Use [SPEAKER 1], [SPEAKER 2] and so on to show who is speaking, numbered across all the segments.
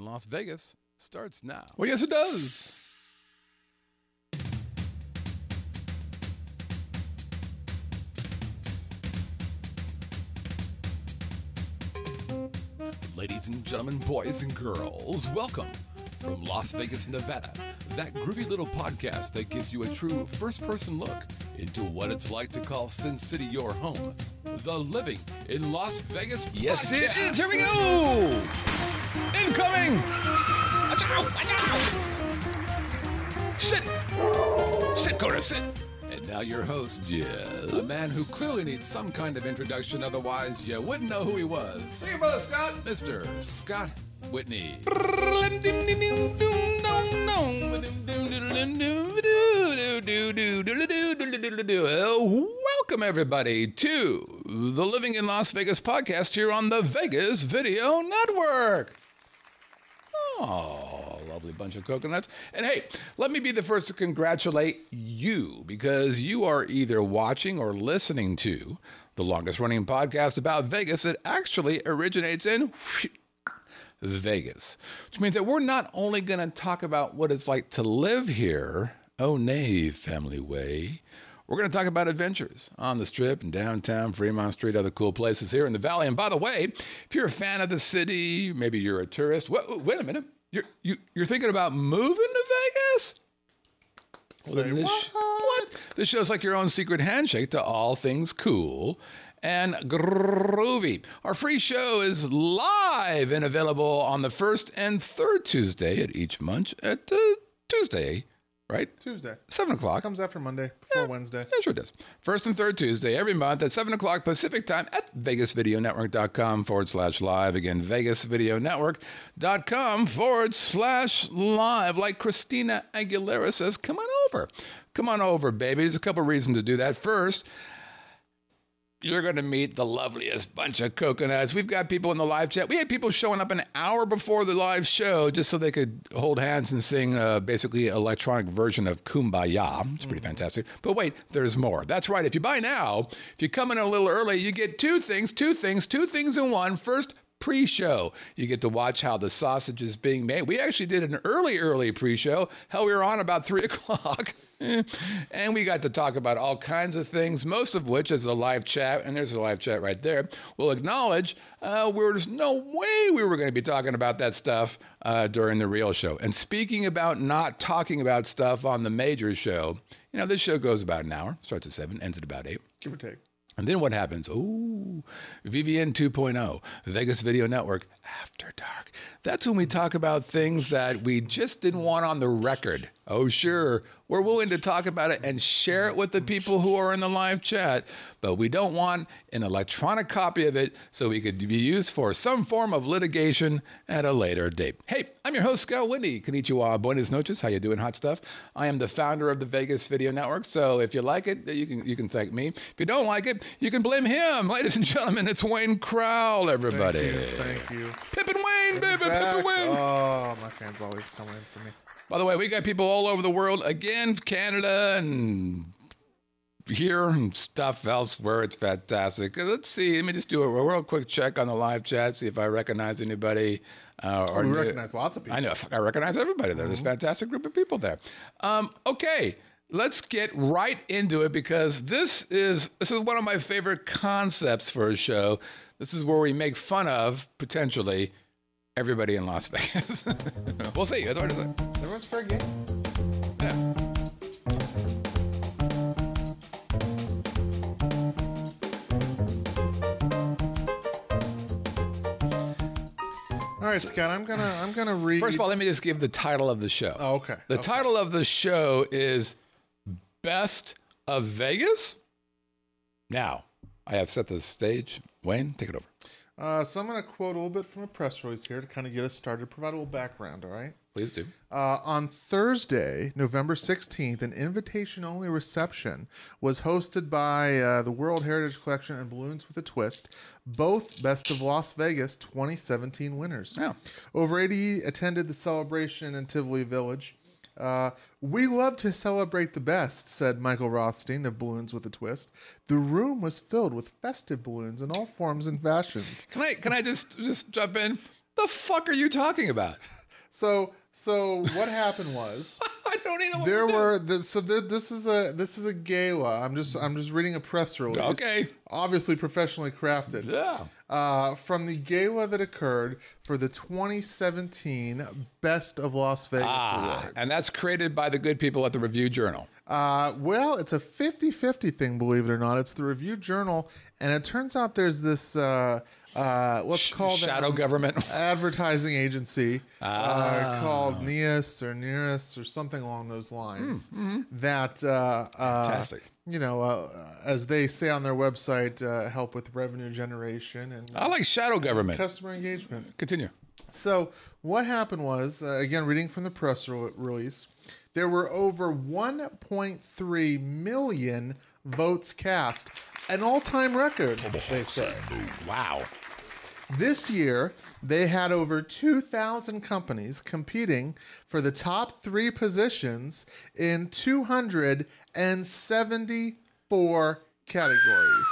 [SPEAKER 1] Las Vegas starts now.
[SPEAKER 2] Well, yes, it does.
[SPEAKER 1] Ladies and gentlemen, boys and girls, welcome from Las Vegas, Nevada, that groovy little podcast that gives you a true first person look into what it's like to call Sin City your home. The Living in Las Vegas
[SPEAKER 2] Yes, it
[SPEAKER 1] podcast.
[SPEAKER 2] is. Here we go. Incoming. Watch out, watch out. Shit. Shit, Cora, sit.
[SPEAKER 1] And now your host, yeah, a man who clearly needs some kind of introduction, otherwise you wouldn't know who he was.
[SPEAKER 2] See you, brother Scott.
[SPEAKER 1] Mr. Scott Whitney.
[SPEAKER 2] Welcome, everybody, to the Living in Las Vegas podcast here on the Vegas Video Network. Oh, lovely bunch of coconuts. And hey, let me be the first to congratulate you because you are either watching or listening to the longest running podcast about Vegas that actually originates in Vegas, which means that we're not only going to talk about what it's like to live here, oh, nay, family way. We're going to talk about adventures on the strip and downtown, Fremont Street, other cool places here in the valley. And by the way, if you're a fan of the city, maybe you're a tourist. Wait, wait a minute, you're you, you're thinking about moving to Vegas? Well, then this, what? This show's like your own secret handshake to all things cool and groovy. Our free show is live and available on the first and third Tuesday at each munch at uh, Tuesday, right?
[SPEAKER 3] Tuesday.
[SPEAKER 2] Seven o'clock.
[SPEAKER 3] Comes after Monday, before Wednesday.
[SPEAKER 2] Yeah, sure does. First and third Tuesday every month at 7 o'clock Pacific time at vegasvideonetwork.com forward slash live. Again, vegasvideonetwork.com forward slash live. Like Christina Aguilera says, come on over. Come on over, baby. There's a couple reasons to do that. First, you're going to meet the loveliest bunch of coconuts. We've got people in the live chat. We had people showing up an hour before the live show just so they could hold hands and sing uh, basically an electronic version of Kumbaya. It's pretty fantastic. But wait, there's more. That's right. If you buy now, if you come in a little early, you get two things, two things, two things in one. First, pre show. You get to watch how the sausage is being made. We actually did an early, early pre show. Hell, we were on about three o'clock. and we got to talk about all kinds of things, most of which is a live chat. And there's a live chat right there. We'll acknowledge uh, where there's no way we were going to be talking about that stuff uh, during the real show. And speaking about not talking about stuff on the major show, you know, this show goes about an hour, starts at seven, ends at about eight.
[SPEAKER 3] Give or take.
[SPEAKER 2] And then what happens? Ooh, VVN 2.0, oh, Vegas Video Network, After Dark. That's when we talk about things that we just didn't want on the record. Oh, sure. We're willing to talk about it and share it with the people who are in the live chat, but we don't want an electronic copy of it so it could be used for some form of litigation at a later date. Hey, I'm your host, Scott Whitney. Konnichiwa, buenas noches. How you doing, hot stuff? I am the founder of the Vegas Video Network, so if you like it, you can you can thank me. If you don't like it, you can blame him. Ladies and gentlemen, it's Wayne Crowell,
[SPEAKER 3] Thank
[SPEAKER 2] everybody.
[SPEAKER 3] you. Thank you.
[SPEAKER 2] Pippin Wayne, baby, Pippin
[SPEAKER 3] Back.
[SPEAKER 2] Wayne.
[SPEAKER 3] Oh, my fans always come in for me.
[SPEAKER 2] By the way, we got people all over the world again, Canada and here and stuff elsewhere. It's fantastic. Uh, Let's see. Let me just do a real quick check on the live chat, see if I recognize anybody. Uh, or
[SPEAKER 3] We
[SPEAKER 2] new-
[SPEAKER 3] recognize Mm-hmm. lots of people.
[SPEAKER 2] I know. Fuck, I recognize everybody there. There's a fantastic group of people there. Um, okay, let's get right into it because this is this is one of my favorite concepts for a show. This is where we make fun of potentially everybody in Las Vegas. we'll see. That's what it is.
[SPEAKER 3] Everyone's fair game.
[SPEAKER 2] Yeah.
[SPEAKER 3] All right, Scott. I'm gonna I'm gonna read.
[SPEAKER 2] First of all, let me just give the title of the show.
[SPEAKER 3] oh, okay.
[SPEAKER 2] The title of the show is Best of Vegas. Now, I have set the stage. Wayne, take it over,
[SPEAKER 3] Uh, so I'm gonna quote a little bit from a press release here to kind of get us started, provide a little background. All right.
[SPEAKER 2] please do.
[SPEAKER 3] Uh, on Thursday, November 16th, an invitation only reception was hosted by uh, the World Heritage Collection and Balloons with a Twist, both Best of Las Vegas 2017 winners.
[SPEAKER 2] Yeah.
[SPEAKER 3] Over 80 attended the celebration in Tivoli Village. Uh, we love to celebrate the best, said Michael Rothstein of Balloons with a Twist. The room was filled with festive balloons in all forms and fashions.
[SPEAKER 2] Can I can I just just jump in? The fuck are you talking about?
[SPEAKER 3] So so what happened was
[SPEAKER 2] I don't even. wanna
[SPEAKER 3] there
[SPEAKER 2] know.
[SPEAKER 3] were the, so there, this is a this is a gala. I'm just I'm just reading a press release.
[SPEAKER 2] Okay.
[SPEAKER 3] Obviously professionally crafted.
[SPEAKER 2] Yeah.
[SPEAKER 3] Uh, from the gala that occurred for the 2017 Best of Las Vegas
[SPEAKER 2] Ah,
[SPEAKER 3] Awards.
[SPEAKER 2] and that's created by the good people at the Review Journal.
[SPEAKER 3] Uh, well, it's a 50 50 thing, believe it or not. It's the Review Journal, and it turns out there's this uh, uh, let's call them
[SPEAKER 2] Shadow government.
[SPEAKER 3] advertising agency
[SPEAKER 2] Ah.
[SPEAKER 3] uh, called Neus or Nearest or something along those lines that uh, uh,
[SPEAKER 2] Hmm, Fantastic.
[SPEAKER 3] you know, uh, as they say on their website, uh, help with revenue generation and
[SPEAKER 2] I like shadow government.
[SPEAKER 3] customer engagement.
[SPEAKER 2] Continue.
[SPEAKER 3] So what happened was, uh, again, reading from the press re- release, there were over 1.3 million votes cast, an all-time record. They say
[SPEAKER 2] Wow.
[SPEAKER 3] this year they had over 2,000 companies competing for the top three positions in 274 categories.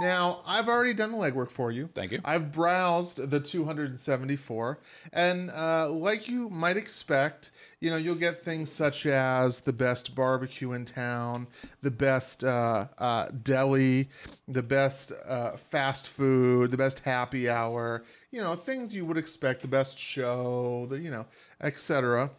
[SPEAKER 3] Now, I've already done the legwork for you.
[SPEAKER 2] Thank you.
[SPEAKER 3] I've browsed the 274, and uh, like you might expect, you know, you'll get things such as the best barbecue in town, the best uh, uh, deli, the best uh, fast food, the best happy hour, you know, things you would expect, the best show, the you know, etc.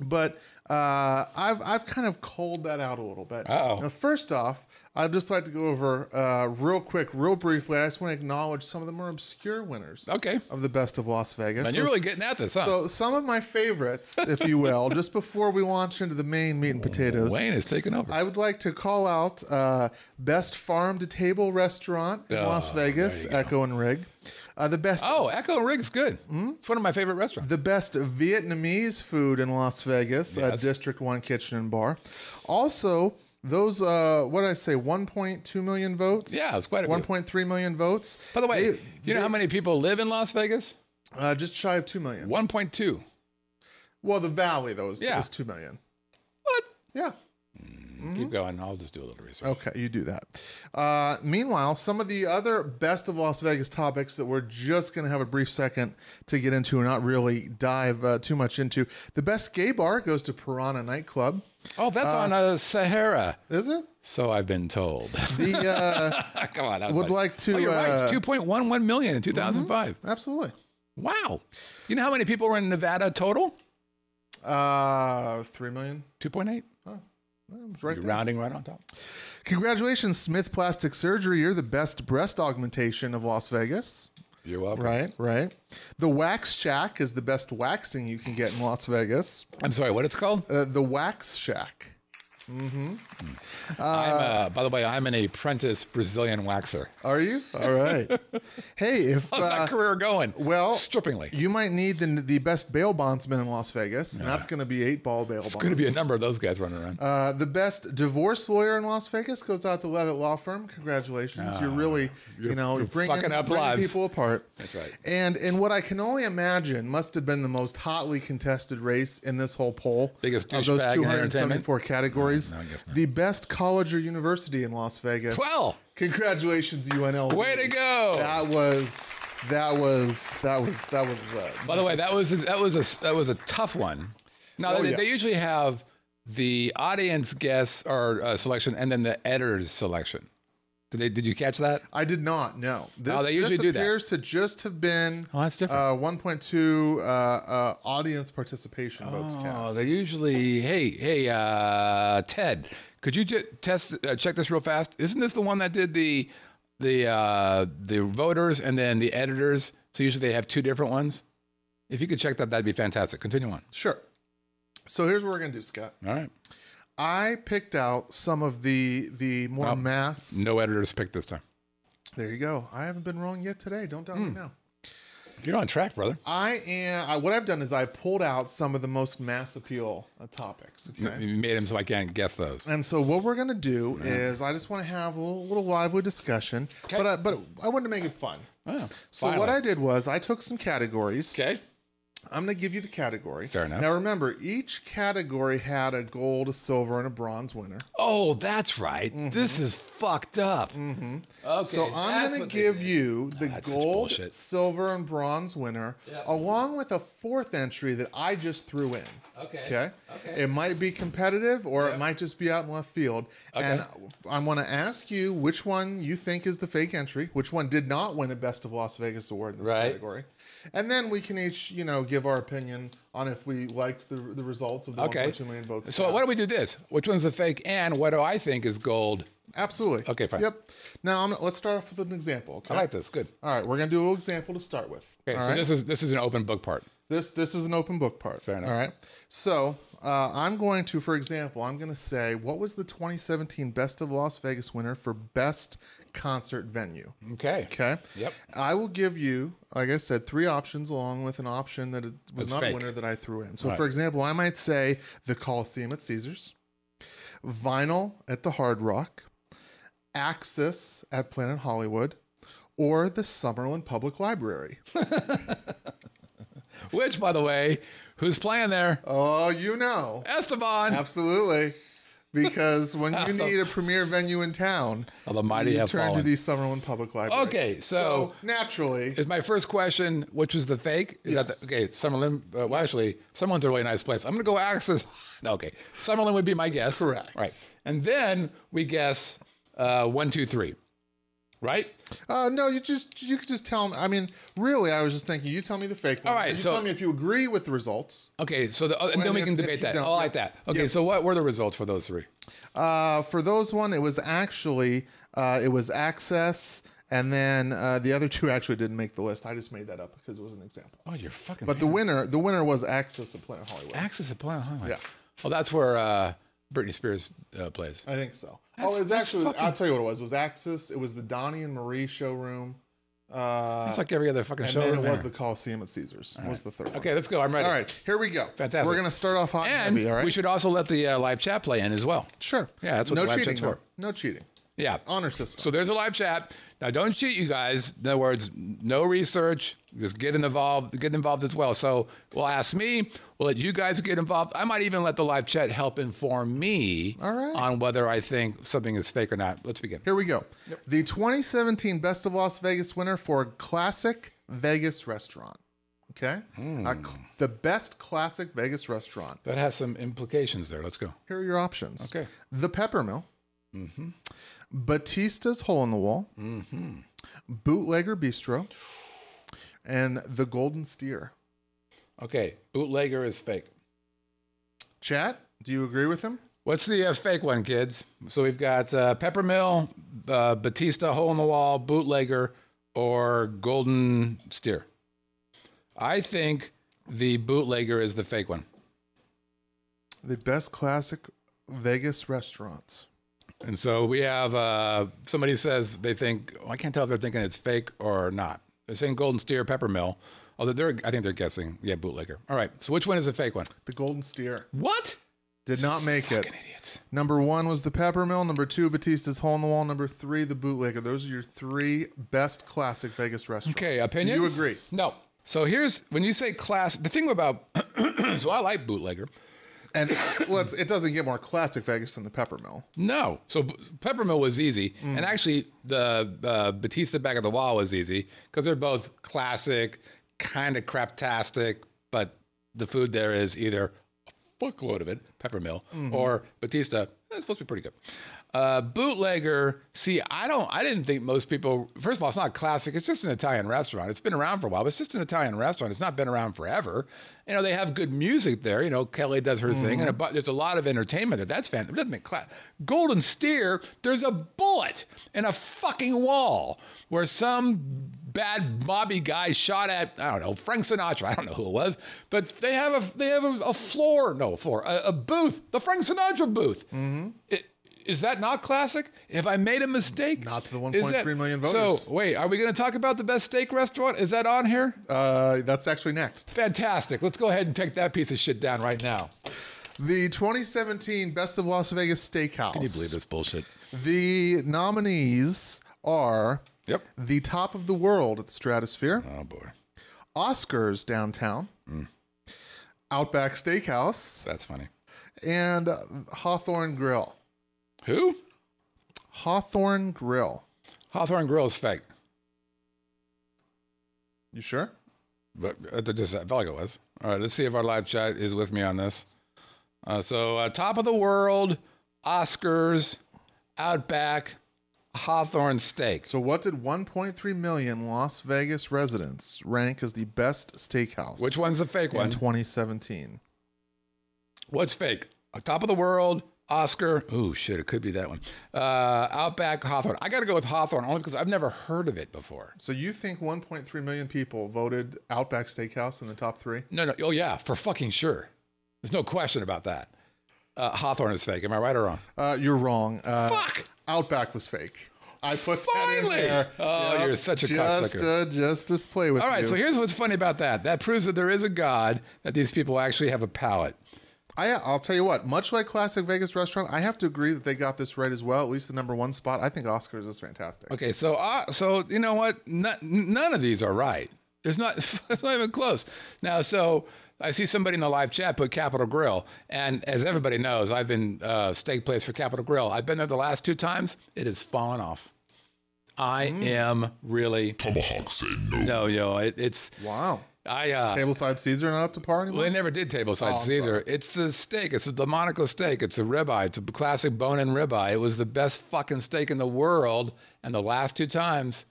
[SPEAKER 3] But uh, I've I've kind of culled that out a little bit.
[SPEAKER 2] Uh-oh.
[SPEAKER 3] Now, first off, I'd just like to go over uh, real quick, real briefly. I just want to acknowledge some of the more obscure winners
[SPEAKER 2] Okay.
[SPEAKER 3] of the best of Las Vegas.
[SPEAKER 2] And
[SPEAKER 3] So-
[SPEAKER 2] you're really getting at this, huh?
[SPEAKER 3] so some of my favorites, if you will, just before we launch into the main meat and potatoes.
[SPEAKER 2] Wayne is taking over.
[SPEAKER 3] I would like to call out uh, best farm to table restaurant in Las Vegas, Echo and Rig. Uh, the best
[SPEAKER 2] oh, Echo and Rig's good.
[SPEAKER 3] Mm-hmm.
[SPEAKER 2] It's one of my favorite restaurants.
[SPEAKER 3] the best Vietnamese food in Las Vegas, uh,
[SPEAKER 2] Yes.
[SPEAKER 3] District One Kitchen and Bar. Also, those uh, what did I say, 1.2 million votes.
[SPEAKER 2] Yeah, it's quite a few.
[SPEAKER 3] 1.3 million votes.
[SPEAKER 2] By the way,
[SPEAKER 3] They-
[SPEAKER 2] you know how many people live in Las Vegas?
[SPEAKER 3] uh, just shy of two million.
[SPEAKER 2] 1.2.
[SPEAKER 3] Well, the Valley though is,
[SPEAKER 2] Yeah.
[SPEAKER 3] is two million.
[SPEAKER 2] What?
[SPEAKER 3] Yeah. Mm-hmm.
[SPEAKER 2] Keep going. I'll just do a little research.
[SPEAKER 3] Okay, you do that. Uh, meanwhile, some of the other best of Las Vegas topics that we're just going to have a brief second to get into and not really dive uh, too much into. The best gay bar goes to Piranha Nightclub,
[SPEAKER 2] Oh, that's on uh, Sahara.
[SPEAKER 3] is it?
[SPEAKER 2] So I've been told.
[SPEAKER 3] The uh,
[SPEAKER 2] Come on. that was
[SPEAKER 3] would
[SPEAKER 2] funny.
[SPEAKER 3] like to,
[SPEAKER 2] Oh, you're right.
[SPEAKER 3] uh, Mm-hmm.
[SPEAKER 2] It's 2.11 million in 2005.
[SPEAKER 3] absolutely
[SPEAKER 2] Wow. You know how many people were in Nevada total?
[SPEAKER 3] uh, three million.
[SPEAKER 2] 2.8.
[SPEAKER 3] That was right
[SPEAKER 2] You're
[SPEAKER 3] there.
[SPEAKER 2] rounding right on top.
[SPEAKER 3] Congratulations, Smith Plastic Surgery. You're the best breast augmentation of Las Vegas.
[SPEAKER 2] You're welcome.
[SPEAKER 3] Right, right. The Wax Shack is the best waxing you can get in Las Vegas.
[SPEAKER 2] I'm sorry, what it's called?
[SPEAKER 3] Uh, the Wax Shack.
[SPEAKER 2] I'm, uh, by the way, I'm an apprentice Brazilian waxer.
[SPEAKER 3] Are you? All right. hey, if
[SPEAKER 2] How's
[SPEAKER 3] uh,
[SPEAKER 2] that career going?
[SPEAKER 3] well,
[SPEAKER 2] strippingly.
[SPEAKER 3] you might need the, the best bail bondsman in Las Vegas, and that's going to be eight ball bail bonds.
[SPEAKER 2] There's going to be a number of those guys running around.
[SPEAKER 3] uh, the best divorce lawyer in Las Vegas goes out to Levitt Law Firm. Congratulations, you're really, you know,
[SPEAKER 2] Ah, you're
[SPEAKER 3] bringing,
[SPEAKER 2] fucking up
[SPEAKER 3] bringing
[SPEAKER 2] lives.
[SPEAKER 3] people apart.
[SPEAKER 2] That's right.
[SPEAKER 3] And in what I can only imagine must have been the most hotly contested race in this whole poll,
[SPEAKER 2] Biggest
[SPEAKER 3] of those
[SPEAKER 2] douchebag in
[SPEAKER 3] 274 categories,
[SPEAKER 2] I guess not.
[SPEAKER 3] the best college or university in Las Vegas.
[SPEAKER 2] well,
[SPEAKER 3] Congratulations, UNLV.
[SPEAKER 2] way to go.
[SPEAKER 3] That was that was that was that was uh,
[SPEAKER 2] By the way, that was that was a that was a tough one. Now
[SPEAKER 3] Oh,
[SPEAKER 2] they,
[SPEAKER 3] yeah.
[SPEAKER 2] they usually have the audience guess or uh, selection, and then the editor's selection. Did they? Did you catch that?
[SPEAKER 3] I did not know. This,
[SPEAKER 2] Oh, they usually
[SPEAKER 3] this
[SPEAKER 2] do that.
[SPEAKER 3] appears to just have been
[SPEAKER 2] Oh, that's different.
[SPEAKER 3] uh, 1.2 uh, uh, audience participation votes
[SPEAKER 2] Oh,
[SPEAKER 3] cast.
[SPEAKER 2] they usually. Hey, hey, uh, Ted, could you just test uh, check this real fast? Isn't this the one that did the the uh, the voters and then the editors? So usually they have two different ones. If you could check that, that'd be fantastic. Continue on.
[SPEAKER 3] Sure. So here's what we're gonna do, Scott.
[SPEAKER 2] All right.
[SPEAKER 3] I picked out some of the the more
[SPEAKER 2] Oh.
[SPEAKER 3] mass.
[SPEAKER 2] No editors picked this time.
[SPEAKER 3] There you go. I haven't been wrong yet today. Don't doubt me
[SPEAKER 2] Hmm.
[SPEAKER 3] now.
[SPEAKER 2] You're on track, brother.
[SPEAKER 3] I am. I, what I've done is I pulled out some of the most mass appeal uh, topics. Okay.
[SPEAKER 2] You made him so I can't guess those.
[SPEAKER 3] And so what we're gonna do is I just want to have a little, little lively discussion, but I, but I wanted to make it fun.
[SPEAKER 2] Oh,
[SPEAKER 3] So what I did was I took some categories
[SPEAKER 2] okay.
[SPEAKER 3] I'm going to give you the category.
[SPEAKER 2] Fair enough.
[SPEAKER 3] Now remember, each category had a gold, a silver, and a bronze winner.
[SPEAKER 2] Oh, that's right. This is fucked up. Okay,
[SPEAKER 3] Mm-hmm. So I'm
[SPEAKER 2] that's what
[SPEAKER 3] going to
[SPEAKER 2] they
[SPEAKER 3] give
[SPEAKER 2] did.
[SPEAKER 3] you the
[SPEAKER 2] Ah, that's just
[SPEAKER 3] gold,
[SPEAKER 2] bullshit.
[SPEAKER 3] silver, and bronze winner, along with a fourth entry that I just threw in.
[SPEAKER 2] Okay.
[SPEAKER 3] Okay.
[SPEAKER 2] Okay.
[SPEAKER 3] It might be competitive, or it might just be out in left field. And I want to ask you which one you think is the fake entry, which one did not win a Best of Las Vegas award in this
[SPEAKER 2] Right.
[SPEAKER 3] category, and then we can each, you know, give our opinion on if we liked the the results of the
[SPEAKER 2] Okay.
[SPEAKER 3] 1.2 million votes.
[SPEAKER 2] So why don't we do this? Which one's the fake and what do I think is gold?
[SPEAKER 3] Absolutely.
[SPEAKER 2] Okay, fine.
[SPEAKER 3] Yep. Now I'm, let's start off with an example. Okay.
[SPEAKER 2] I like this. Good.
[SPEAKER 3] All right, we're gonna do a little example to start with.
[SPEAKER 2] Okay,
[SPEAKER 3] All
[SPEAKER 2] so
[SPEAKER 3] right?
[SPEAKER 2] this is this is an open book part.
[SPEAKER 3] This this is an open book part.
[SPEAKER 2] Fair enough.
[SPEAKER 3] All right. So uh, I'm going to, for example, I'm going to say what was the 2017 Best of Las Vegas winner for best concert venue.
[SPEAKER 2] Okay.
[SPEAKER 3] Okay.
[SPEAKER 2] Yep.
[SPEAKER 3] I will give you, like I said, three options along with an option that it was
[SPEAKER 2] That's
[SPEAKER 3] not
[SPEAKER 2] fake.
[SPEAKER 3] a winner that I threw in. So,
[SPEAKER 2] All
[SPEAKER 3] for
[SPEAKER 2] right.
[SPEAKER 3] example, I might say the Coliseum at Caesars, vinyl at the Hard Rock, Axis at Planet Hollywood, or the Summerlin Public Library.
[SPEAKER 2] Which, by the way, who's playing there?
[SPEAKER 3] Oh, you know.
[SPEAKER 2] Esteban.
[SPEAKER 3] Absolutely. Because when you need a premier venue in town,
[SPEAKER 2] Oh, the mighty
[SPEAKER 3] you
[SPEAKER 2] have
[SPEAKER 3] turn to
[SPEAKER 2] fallen.
[SPEAKER 3] the Summerlin Public Library.
[SPEAKER 2] Okay, so-
[SPEAKER 3] naturally,
[SPEAKER 2] Is my first question, which was the fake? Is that the, okay? Summerlin. Uh, well, actually, Summerlin's a really nice place. I'm gonna go access. No, okay, Summerlin would be my guess.
[SPEAKER 3] Correct.
[SPEAKER 2] Right, and then we guess uh, one, two, three. Right.
[SPEAKER 3] uh, no, you just you could just tell me. I mean, really, I was just thinking. You tell me the fake one.
[SPEAKER 2] All right,
[SPEAKER 3] You
[SPEAKER 2] so-
[SPEAKER 3] tell me if you agree with the results.
[SPEAKER 2] Okay. So the, oh, and then
[SPEAKER 3] Well,
[SPEAKER 2] we
[SPEAKER 3] if-
[SPEAKER 2] can
[SPEAKER 3] if
[SPEAKER 2] debate
[SPEAKER 3] you
[SPEAKER 2] that.
[SPEAKER 3] don't-
[SPEAKER 2] I like
[SPEAKER 3] yeah.
[SPEAKER 2] that. Okay. So what were the results for those three?
[SPEAKER 3] Uh, for those one, it was actually uh, it was access, and then uh, the other two actually didn't make the list. I just made that up because it was an example.
[SPEAKER 2] Oh, you're fucking.
[SPEAKER 3] But the winner, the winner was access at Planet Hollywood.
[SPEAKER 2] Access at Planet Highway.
[SPEAKER 3] Yeah.
[SPEAKER 2] Well, that's where uh, Britney Spears uh, plays.
[SPEAKER 3] I think so. oh,
[SPEAKER 2] That's-
[SPEAKER 3] it was
[SPEAKER 2] that's
[SPEAKER 3] actually. I'll
[SPEAKER 2] fucking-
[SPEAKER 3] tell you what it was. It was Axis. It was the Donnie and Marie showroom. Uh,
[SPEAKER 2] It's like every other fucking
[SPEAKER 3] and
[SPEAKER 2] show.
[SPEAKER 3] then it
[SPEAKER 2] in
[SPEAKER 3] was the
[SPEAKER 2] there.
[SPEAKER 3] Coliseum at Caesars. Was the third. one.
[SPEAKER 2] okay, let's go. I'm ready.
[SPEAKER 3] All right. Here we go.
[SPEAKER 2] Fantastic.
[SPEAKER 3] We're gonna start off hot and,
[SPEAKER 2] And
[SPEAKER 3] heavy. All right.
[SPEAKER 2] we should also let the uh, live chat play in as well.
[SPEAKER 3] sure.
[SPEAKER 2] Yeah, that's what
[SPEAKER 3] no
[SPEAKER 2] the live
[SPEAKER 3] cheating.
[SPEAKER 2] chat's
[SPEAKER 3] though.
[SPEAKER 2] for.
[SPEAKER 3] No cheating.
[SPEAKER 2] Yeah.
[SPEAKER 3] Honor system.
[SPEAKER 2] So there's a live chat. Now don't cheat, you guys. In other words, no research. Just get involved. Get involved as well. So we'll ask me. We'll let you guys get involved. I might even let the live chat help inform me
[SPEAKER 3] All right.
[SPEAKER 2] on whether I think something is fake or not. Let's begin.
[SPEAKER 3] Here we go. The 2017 Best of Las Vegas winner for classic Vegas restaurant. Okay.
[SPEAKER 2] Hmm.
[SPEAKER 3] A cl- the best classic Vegas restaurant.
[SPEAKER 2] That has some implications there. Let's go. Mm-hmm,
[SPEAKER 3] Here are your options.
[SPEAKER 2] Okay.
[SPEAKER 3] The Peppermill. Batista's Hole in the Wall.
[SPEAKER 2] mm-hmm.
[SPEAKER 3] Bootlegger Bistro. And The Golden Steer.
[SPEAKER 2] Okay. Bootlegger is fake.
[SPEAKER 3] Chat, do you agree with him?
[SPEAKER 2] What's the uh, fake one, kids? So we've got uh, Peppermill, uh, Batista, Hole in the Wall, Bootlegger, or Golden Steer. I think the Bootlegger is the fake one.
[SPEAKER 3] The best classic Vegas restaurants.
[SPEAKER 2] And so we have uh, somebody says they think, oh, I can't tell if they're thinking it's fake or not. They're saying Golden Steer, Peppermill. Although they're, I think they're guessing, yeah, Bootlegger. All right. So which one is the fake one?
[SPEAKER 3] The Golden Steer
[SPEAKER 2] What?
[SPEAKER 3] did not make it.
[SPEAKER 2] Fucking idiots.
[SPEAKER 3] Number one was the Peppermill. Number two, Batista's Hole in the Wall. Number three, the Bootlegger. Those are your three best classic Vegas restaurants.
[SPEAKER 2] Okay,
[SPEAKER 3] opinion.
[SPEAKER 2] opinions?
[SPEAKER 3] Do you agree?
[SPEAKER 2] No. So here's when you say class. The thing about so I like bootlegger.
[SPEAKER 3] And let's. It doesn't get more classic Vegas than the Peppermill.
[SPEAKER 2] No. So B- Peppermill was easy, and actually the uh, Batista back of the wall was easy because they're both classic, kind of craptastic, but the food there is either a fuckload of it, Peppermill, or Batista. It's supposed to be pretty good. Uh, bootlegger. See, I don't. I didn't think most people. First of all, it's not classic. It's just an Italian restaurant. It's been around for a while. But it's just an Italian restaurant. It's not been around forever. You know, they have good music there. You know, Kelly does her thing, and a, bu- there's a lot of entertainment there. That's fantastic. It doesn't make class. Golden Steer. There's a bullet in a fucking wall where some bad mobby guy shot at I don't know Frank Sinatra. I don't know who it was, but they have a they have a, a floor. No a floor. A, a booth. The Frank Sinatra booth. Mm-hmm. Is that not classic? Have I made a mistake?
[SPEAKER 3] Not to the
[SPEAKER 2] Is that-
[SPEAKER 3] 1.3 million voters.
[SPEAKER 2] So, wait, are we going to talk about the best steak restaurant? Is that on here?
[SPEAKER 3] Uh, that's actually next.
[SPEAKER 2] Fantastic. Let's go ahead and take that piece of shit down right now.
[SPEAKER 3] The 2017 Best of Las Vegas Steakhouse. Can
[SPEAKER 2] this bullshit?
[SPEAKER 3] The nominees are
[SPEAKER 2] Yep.
[SPEAKER 3] the top of the world at Stratosphere,
[SPEAKER 2] Oh, boy.
[SPEAKER 3] Oscars Downtown, Outback Steakhouse,
[SPEAKER 2] That's funny.
[SPEAKER 3] and uh, Hawthorne Grill.
[SPEAKER 2] Who?
[SPEAKER 3] Hawthorne Grill.
[SPEAKER 2] Hawthorne Grill is fake.
[SPEAKER 3] You sure?
[SPEAKER 2] But it just it felt like it was. All right, let's see if our live chat is with me on this. Uh, so, uh, top of the world, Oscars, Outback, Hawthorne Steak.
[SPEAKER 3] So, what did 1.3 million Las Vegas residents rank as the best steakhouse?
[SPEAKER 2] Which one's the fake
[SPEAKER 3] in
[SPEAKER 2] one?
[SPEAKER 3] 2017?
[SPEAKER 2] What's fake? Uh, Top of the world, Oscar. Oh shit, it could be that one. Uh, Outback, Hawthorne. I got to go with Hawthorne only because I've never heard of it before.
[SPEAKER 3] So, you think 1.3 million people voted Outback Steakhouse in the top three?
[SPEAKER 2] No, no. Oh yeah, for fucking sure. There's no question about that. Uh, Hawthorne is fake. Am I right or wrong?
[SPEAKER 3] Uh, you're wrong. Uh,
[SPEAKER 2] Fuck.
[SPEAKER 3] Outback was fake. I put that
[SPEAKER 2] Finally!
[SPEAKER 3] in there.
[SPEAKER 2] Oh, you're such a
[SPEAKER 3] just,
[SPEAKER 2] cocksucker.
[SPEAKER 3] Uh, just to play with
[SPEAKER 2] All right.
[SPEAKER 3] you.
[SPEAKER 2] So here's what's funny about that. That proves that there is a god. That these people actually have a palate.
[SPEAKER 3] I, I'll tell you what. Much like classic Vegas restaurant, I have to agree that they got this right as well. At least the number one spot. I think Oscars is fantastic.
[SPEAKER 2] Okay. So uh, so you know what? No, none of these are right. There's not. It's not even close. Now so. I see somebody in the live chat put Capital Grill, and as everybody knows, I've been uh, steak place for Capital Grill. I've been there the last two times. It has fallen off. I am really
[SPEAKER 1] Mm. Tomahawk said no.
[SPEAKER 2] no, yo. It, it's
[SPEAKER 3] Wow.
[SPEAKER 2] I uh,
[SPEAKER 3] Tableside Caesar not up to par anymore.
[SPEAKER 2] Well, they never did tableside Caesar. It's the steak. It's the Delmonico steak. It's a ribeye. It's a classic bone-in ribeye. It was the best fucking steak in the world. And the last two times,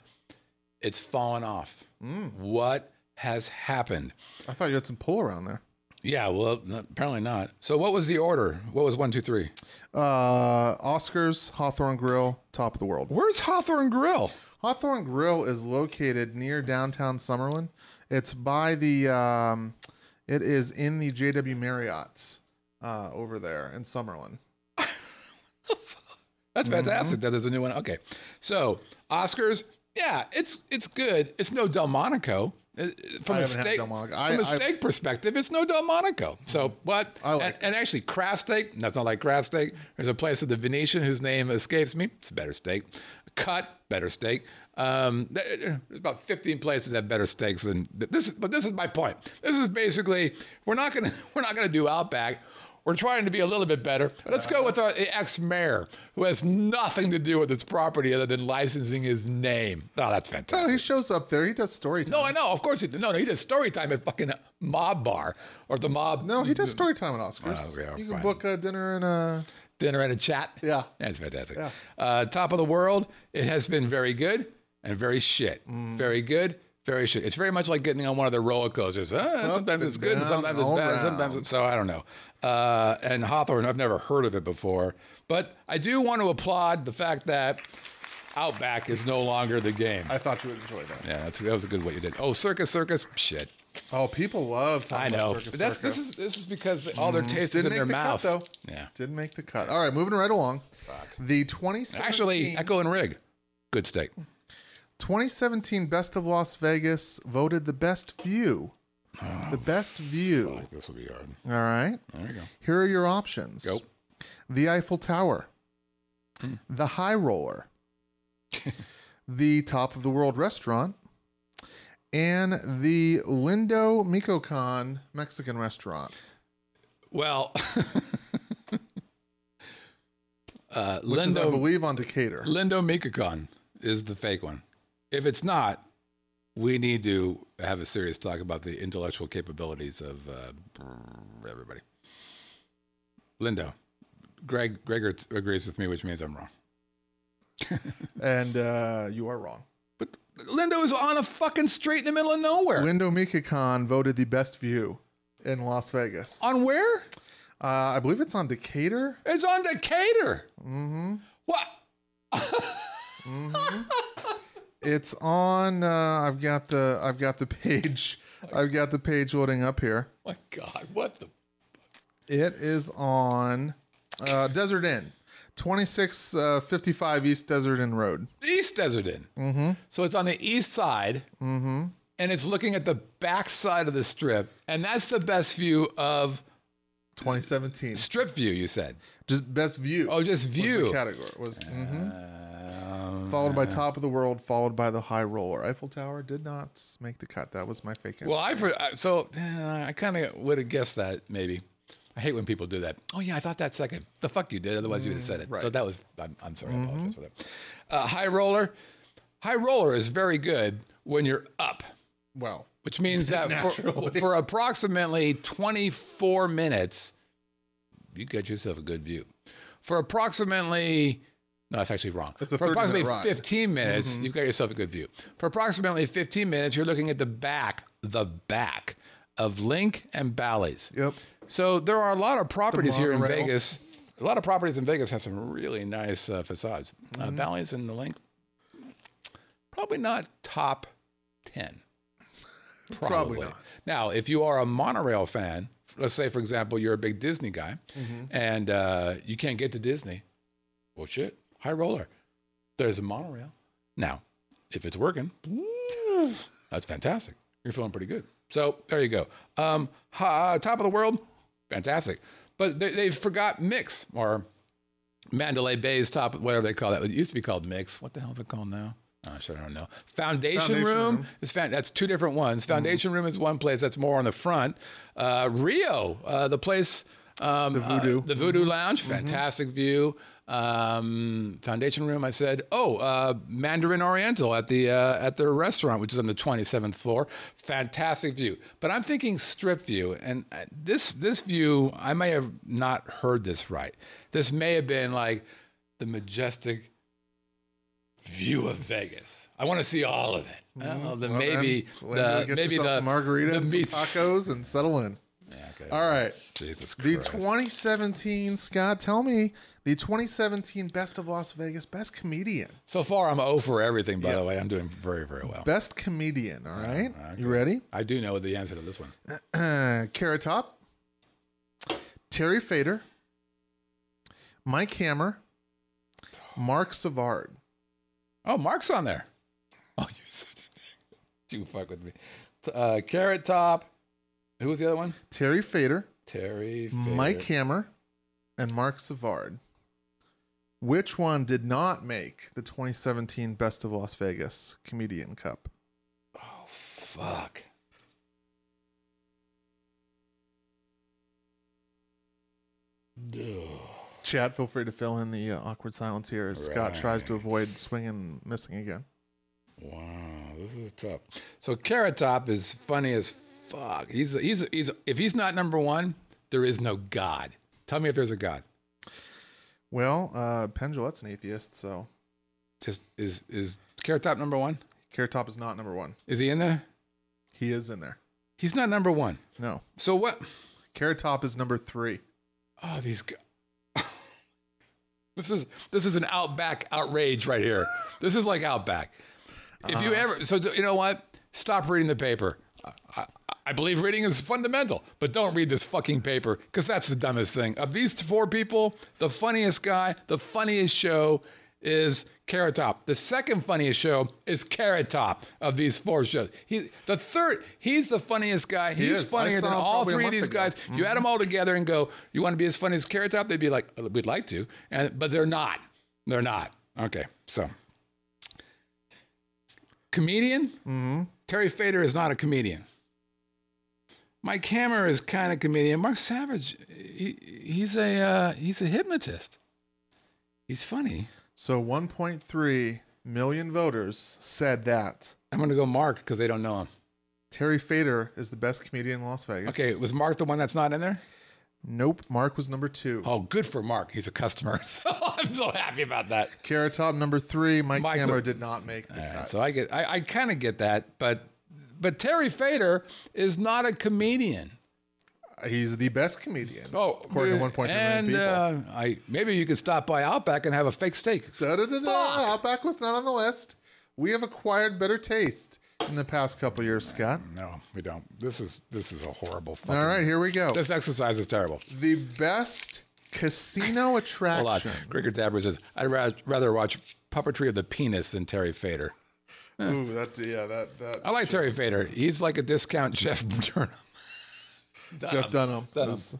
[SPEAKER 2] it's fallen off. What has happened?
[SPEAKER 3] I thought you had some pull around there.
[SPEAKER 2] Yeah, well, n- apparently not. So, what was the order? What was one, two, three?
[SPEAKER 3] Uh, Oscars, Hawthorne Grill, top of the world.
[SPEAKER 2] Where's Hawthorne Grill?
[SPEAKER 3] Hawthorne Grill is located near downtown Summerlin. It's by the, um, it is in the JW Marriott's uh, over there in Summerlin.
[SPEAKER 2] That's
[SPEAKER 3] Mm-hmm.
[SPEAKER 2] fantastic. That there's a new one. Okay, so Oscars. Yeah, it's it's good. It's no Delmonico. Uh, From
[SPEAKER 3] I
[SPEAKER 2] a
[SPEAKER 3] haven't had
[SPEAKER 2] steak,
[SPEAKER 3] Delmonico. I-
[SPEAKER 2] from a
[SPEAKER 3] I-
[SPEAKER 2] steak perspective, it's no Delmonico. So, but
[SPEAKER 3] I like
[SPEAKER 2] and, and actually, craft steak. That's not like craft steak. There's a place at the Venetian whose name escapes me. It's a better steak. Cut better steak. Um, th- uh, there's about 15 places that have better steaks than th- this. is- But this is my point. This is basically we're not gonna we're not gonna do Outback. We're trying to be a little bit better. Let's go with our ex mayor who has nothing to do with its property other than licensing his name. Oh, that's
[SPEAKER 3] Oh,
[SPEAKER 2] fantastic.
[SPEAKER 3] he shows up there. He does story time.
[SPEAKER 2] No, I know. Of course he did. No, no, he did story time at fucking mob bar or the mob
[SPEAKER 3] No, he does story time at Oscars.
[SPEAKER 2] Oh, yeah,
[SPEAKER 3] you can
[SPEAKER 2] fine.
[SPEAKER 3] book a dinner and a.
[SPEAKER 2] dinner and a chat.
[SPEAKER 3] Yeah.
[SPEAKER 2] That's fantastic. Uh, top of the world. It has been very good and very shit.
[SPEAKER 3] Mm.
[SPEAKER 2] Very good, very shit. It's very much like getting on one of the roller coasters. Ah, sometimes
[SPEAKER 3] and
[SPEAKER 2] it's good and
[SPEAKER 3] down,
[SPEAKER 2] sometimes it's
[SPEAKER 3] all
[SPEAKER 2] bad. and Sometimes it's, so I don't know. Uh, and Hawthorne, I've never heard of it before, but I do want to applaud the fact that Outback is no longer the game.
[SPEAKER 3] I thought you would enjoy that.
[SPEAKER 2] yeah, that's, that was a good what you did. Oh, circus, circus, shit.
[SPEAKER 3] Oh, people love
[SPEAKER 2] I
[SPEAKER 3] talking
[SPEAKER 2] know.
[SPEAKER 3] about Circus
[SPEAKER 2] That's,
[SPEAKER 3] Circus.
[SPEAKER 2] this is this is because all their taste is
[SPEAKER 3] Mm.
[SPEAKER 2] in
[SPEAKER 3] Didn't make
[SPEAKER 2] their
[SPEAKER 3] the
[SPEAKER 2] mouth.
[SPEAKER 3] cut though.
[SPEAKER 2] Yeah.
[SPEAKER 3] Didn't make the cut. All right, moving right along. The 2017,
[SPEAKER 2] Actually, Echo and Rig, good steak.
[SPEAKER 3] 2017 Best of Las Vegas voted the best view. the best view.
[SPEAKER 2] This will be hard.
[SPEAKER 3] All right.
[SPEAKER 2] Oh, There you go.
[SPEAKER 3] Here are your options.
[SPEAKER 2] Go. Hmm.
[SPEAKER 3] The Eiffel Tower. The High Roller. the Top of the World Restaurant. And the Lindo Micocan Mexican restaurant.
[SPEAKER 2] Well, uh,
[SPEAKER 3] Which is, I
[SPEAKER 2] Lindo
[SPEAKER 3] believe, on Decatur.
[SPEAKER 2] Lindo Mikakon is the fake one. If it's not, we need to have a serious talk about the intellectual capabilities of uh, everybody. Lindo, Greg Gregor t- agrees with me, which means I'm wrong.
[SPEAKER 3] and uh, you are wrong.
[SPEAKER 2] But Lindo is on a fucking street in the middle of nowhere.
[SPEAKER 3] Lindo Micocan voted the best view in Las Vegas.
[SPEAKER 2] on where?
[SPEAKER 3] Uh, I believe it's on Decatur.
[SPEAKER 2] It's on Decatur. Mm-hmm. What?
[SPEAKER 3] It's on. Uh, I've got the. I've got the page. I've got the page loading up here.
[SPEAKER 2] My God, what the?
[SPEAKER 3] It is on uh, Desert Inn, twenty six uh, fifty five East Desert Inn Road.
[SPEAKER 2] East Desert Inn. Mm-hmm. So it's on the east side, mm-hmm. and it's looking at the back side of the strip, and that's the best view of
[SPEAKER 3] Twenty seventeen.
[SPEAKER 2] strip view. You said,
[SPEAKER 3] Just best view.
[SPEAKER 2] oh, just
[SPEAKER 3] was the
[SPEAKER 2] view.
[SPEAKER 3] category was. mhm. followed by Top of the World, followed by the High Roller. Eiffel Tower did not make the cut. That was my fake.
[SPEAKER 2] Well, I for- I- so eh, I kind of would have guessed that maybe. I hate when people do that. Oh yeah, I thought that second. The fuck you did. Otherwise you'd have said it. So that was. I'm, I'm sorry. I apologize for that. Uh, high roller. High roller is very good when you're up,
[SPEAKER 3] well,
[SPEAKER 2] which means that for, for approximately 24 minutes, you get yourself a good view. For approximately. No, that's actually wrong.
[SPEAKER 3] It's a
[SPEAKER 2] For
[SPEAKER 3] 30-minute
[SPEAKER 2] approximately
[SPEAKER 3] ride. Mm-hmm.
[SPEAKER 2] 15 minutes, you've got yourself a good view. For approximately 15 minutes, you're looking at the back, the back of Link and Bally's.
[SPEAKER 3] yep.
[SPEAKER 2] So there are a lot of properties here in
[SPEAKER 3] monorail.
[SPEAKER 2] Vegas. A lot of properties in Vegas have some really nice uh, facades.
[SPEAKER 3] Mm-hmm.
[SPEAKER 2] Uh, Bally's and the Link, probably not top 10. Probably.
[SPEAKER 3] not.
[SPEAKER 2] Now, if you are a monorail fan, let's say, for example, you're a big Disney guy
[SPEAKER 3] Mm-hmm.
[SPEAKER 2] and uh, you can't get to Disney, well, shit, high roller. There's a monorail. Now, if it's working, that's fantastic. You're feeling pretty good. So there you go. Um, ha- uh, top of the world, fantastic. But they, they forgot Mix or Mandalay Bay's top, whatever they call that. It used to be called Mix. What the hell is it called now? Oh, shit, I don't know. Foundation,
[SPEAKER 3] Foundation
[SPEAKER 2] room, Mm-hmm.
[SPEAKER 3] Room.
[SPEAKER 2] is fan- that's two different ones. Foundation room is one place that's more on the front. Uh, Rio, uh, the place. Um, the
[SPEAKER 3] Voodoo.
[SPEAKER 2] the Voodoo Lounge,
[SPEAKER 3] Mm-hmm.
[SPEAKER 2] fantastic view. Um, Foundation Room, I said. Oh, uh, Mandarin Oriental at the uh, at their restaurant, which is on the 27th floor, fantastic view. But I'm thinking strip view, and uh, this this view, I may have not heard this right. This may have been like the majestic view of Vegas. I want to see all of it. I don't know, the
[SPEAKER 3] Mm-hmm. Well, then,
[SPEAKER 2] maybe
[SPEAKER 3] well, then
[SPEAKER 2] the
[SPEAKER 3] go get
[SPEAKER 2] maybe
[SPEAKER 3] yourself a
[SPEAKER 2] the
[SPEAKER 3] margarita,
[SPEAKER 2] the
[SPEAKER 3] and some
[SPEAKER 2] meats-
[SPEAKER 3] tacos, and settle in.
[SPEAKER 2] Yeah, okay.
[SPEAKER 3] All right.
[SPEAKER 2] Jesus
[SPEAKER 3] The
[SPEAKER 2] Christ.
[SPEAKER 3] 2017 Scott, tell me the 2017 Best of Las Vegas Best Comedian.
[SPEAKER 2] So far, I'm 0 for everything, by the way. I'm doing very, very well.
[SPEAKER 3] Best comedian. All right, you ready?
[SPEAKER 2] I do know the answer to this one.
[SPEAKER 3] Carrot Top, Terry Fader, Mike Hammer, Mark Savard.
[SPEAKER 2] Oh, Mark's on there. Oh, you said it. You fuck with me. T- Uh, Carrot Top. Who was the other one?
[SPEAKER 3] Terry Fader,
[SPEAKER 2] Terry.
[SPEAKER 3] Mike
[SPEAKER 2] Fader.
[SPEAKER 3] Hammer, and Mark Savard. Which one did not make the 2017 Best of Las Vegas Comedian Cup?
[SPEAKER 2] Oh, fuck.
[SPEAKER 3] Chad, feel free to fill in the uh, awkward silence here as Scott tries to
[SPEAKER 2] Right.
[SPEAKER 3] avoid swinging, missing again.
[SPEAKER 2] Wow, this is tough. So Carrot Top is funny as fuck. He's he's he's if he's not number one, there is no God. Tell me if there's a God.
[SPEAKER 3] Well, uh, Pendulette's an atheist, so
[SPEAKER 2] Just is is Carrot Top number one?
[SPEAKER 3] Carrot Top is not number one.
[SPEAKER 2] Is he in there?
[SPEAKER 3] He is in there.
[SPEAKER 2] He's not number one.
[SPEAKER 3] No,
[SPEAKER 2] So what?
[SPEAKER 3] Carrot Top is number three.
[SPEAKER 2] Oh, these. Guys. this is this is an outback outrage right here. This is like outback. If
[SPEAKER 3] Uh-huh.
[SPEAKER 2] you ever, so do- you know what? Stop reading the paper. I, I, I believe reading is fundamental, but don't read this fucking paper because that's the dumbest thing. Of these four people, the funniest guy, the funniest show is Carrot Top. The second funniest show is Carrot Top of these four shows. He, the third, he's the funniest guy. He's
[SPEAKER 3] is. I
[SPEAKER 2] funnier than
[SPEAKER 3] saw him
[SPEAKER 2] all
[SPEAKER 3] probably a
[SPEAKER 2] three of
[SPEAKER 3] month
[SPEAKER 2] these
[SPEAKER 3] ago. Mm-hmm.
[SPEAKER 2] guys. You add them all together and go, you want to be as funny as Carrot Top? They'd be like, "Uh, we'd like to, and but they're not. They're not. Okay, so comedian. Mm-hmm. Terry Fader is not a comedian. Mike Hammer is kind of comedian. Mark Savage, he, he's a uh, he's a hypnotist. He's funny.
[SPEAKER 3] So 1.3 million voters said that
[SPEAKER 2] I'm gonna go Mark because they don't know him.
[SPEAKER 3] Terry Fader is the best comedian in Las Vegas.
[SPEAKER 2] Okay, was Mark the one that's not in there?
[SPEAKER 3] Nope. Mark was number two.
[SPEAKER 2] Oh, good for Mark. He's a customer, so I'm so happy about that.
[SPEAKER 3] Carrot Top number three. Mike,
[SPEAKER 2] Mike-
[SPEAKER 3] Hammer did not make the
[SPEAKER 2] All right,
[SPEAKER 3] cut.
[SPEAKER 2] so I get, I, I kind of get that, but but Terry Fader is not a comedian.
[SPEAKER 3] He's the best comedian.
[SPEAKER 2] Oh,
[SPEAKER 3] according to
[SPEAKER 2] uh,
[SPEAKER 3] 1.3 million
[SPEAKER 2] and,
[SPEAKER 3] people.
[SPEAKER 2] uh, I maybe you could stop by Outback and have a fake steak.
[SPEAKER 3] Da, da, da,
[SPEAKER 2] Fuck.
[SPEAKER 3] da. Outback was not on the list. We have acquired better taste in the past couple years, Scott.
[SPEAKER 2] No, we don't. This is this is a horrible. Fucking,
[SPEAKER 3] All right, here we go.
[SPEAKER 2] This exercise is terrible.
[SPEAKER 3] The best casino
[SPEAKER 2] Hold on.
[SPEAKER 3] attraction.
[SPEAKER 2] Cricket Dabber says I'd ra- rather watch puppetry of the penis than Terry Fader.
[SPEAKER 3] Ooh, that yeah, that that
[SPEAKER 2] I like Terry Fader. He's like a discount Jeff Dunham.
[SPEAKER 3] Jeff Dunham.
[SPEAKER 2] um, Dunham.
[SPEAKER 3] is-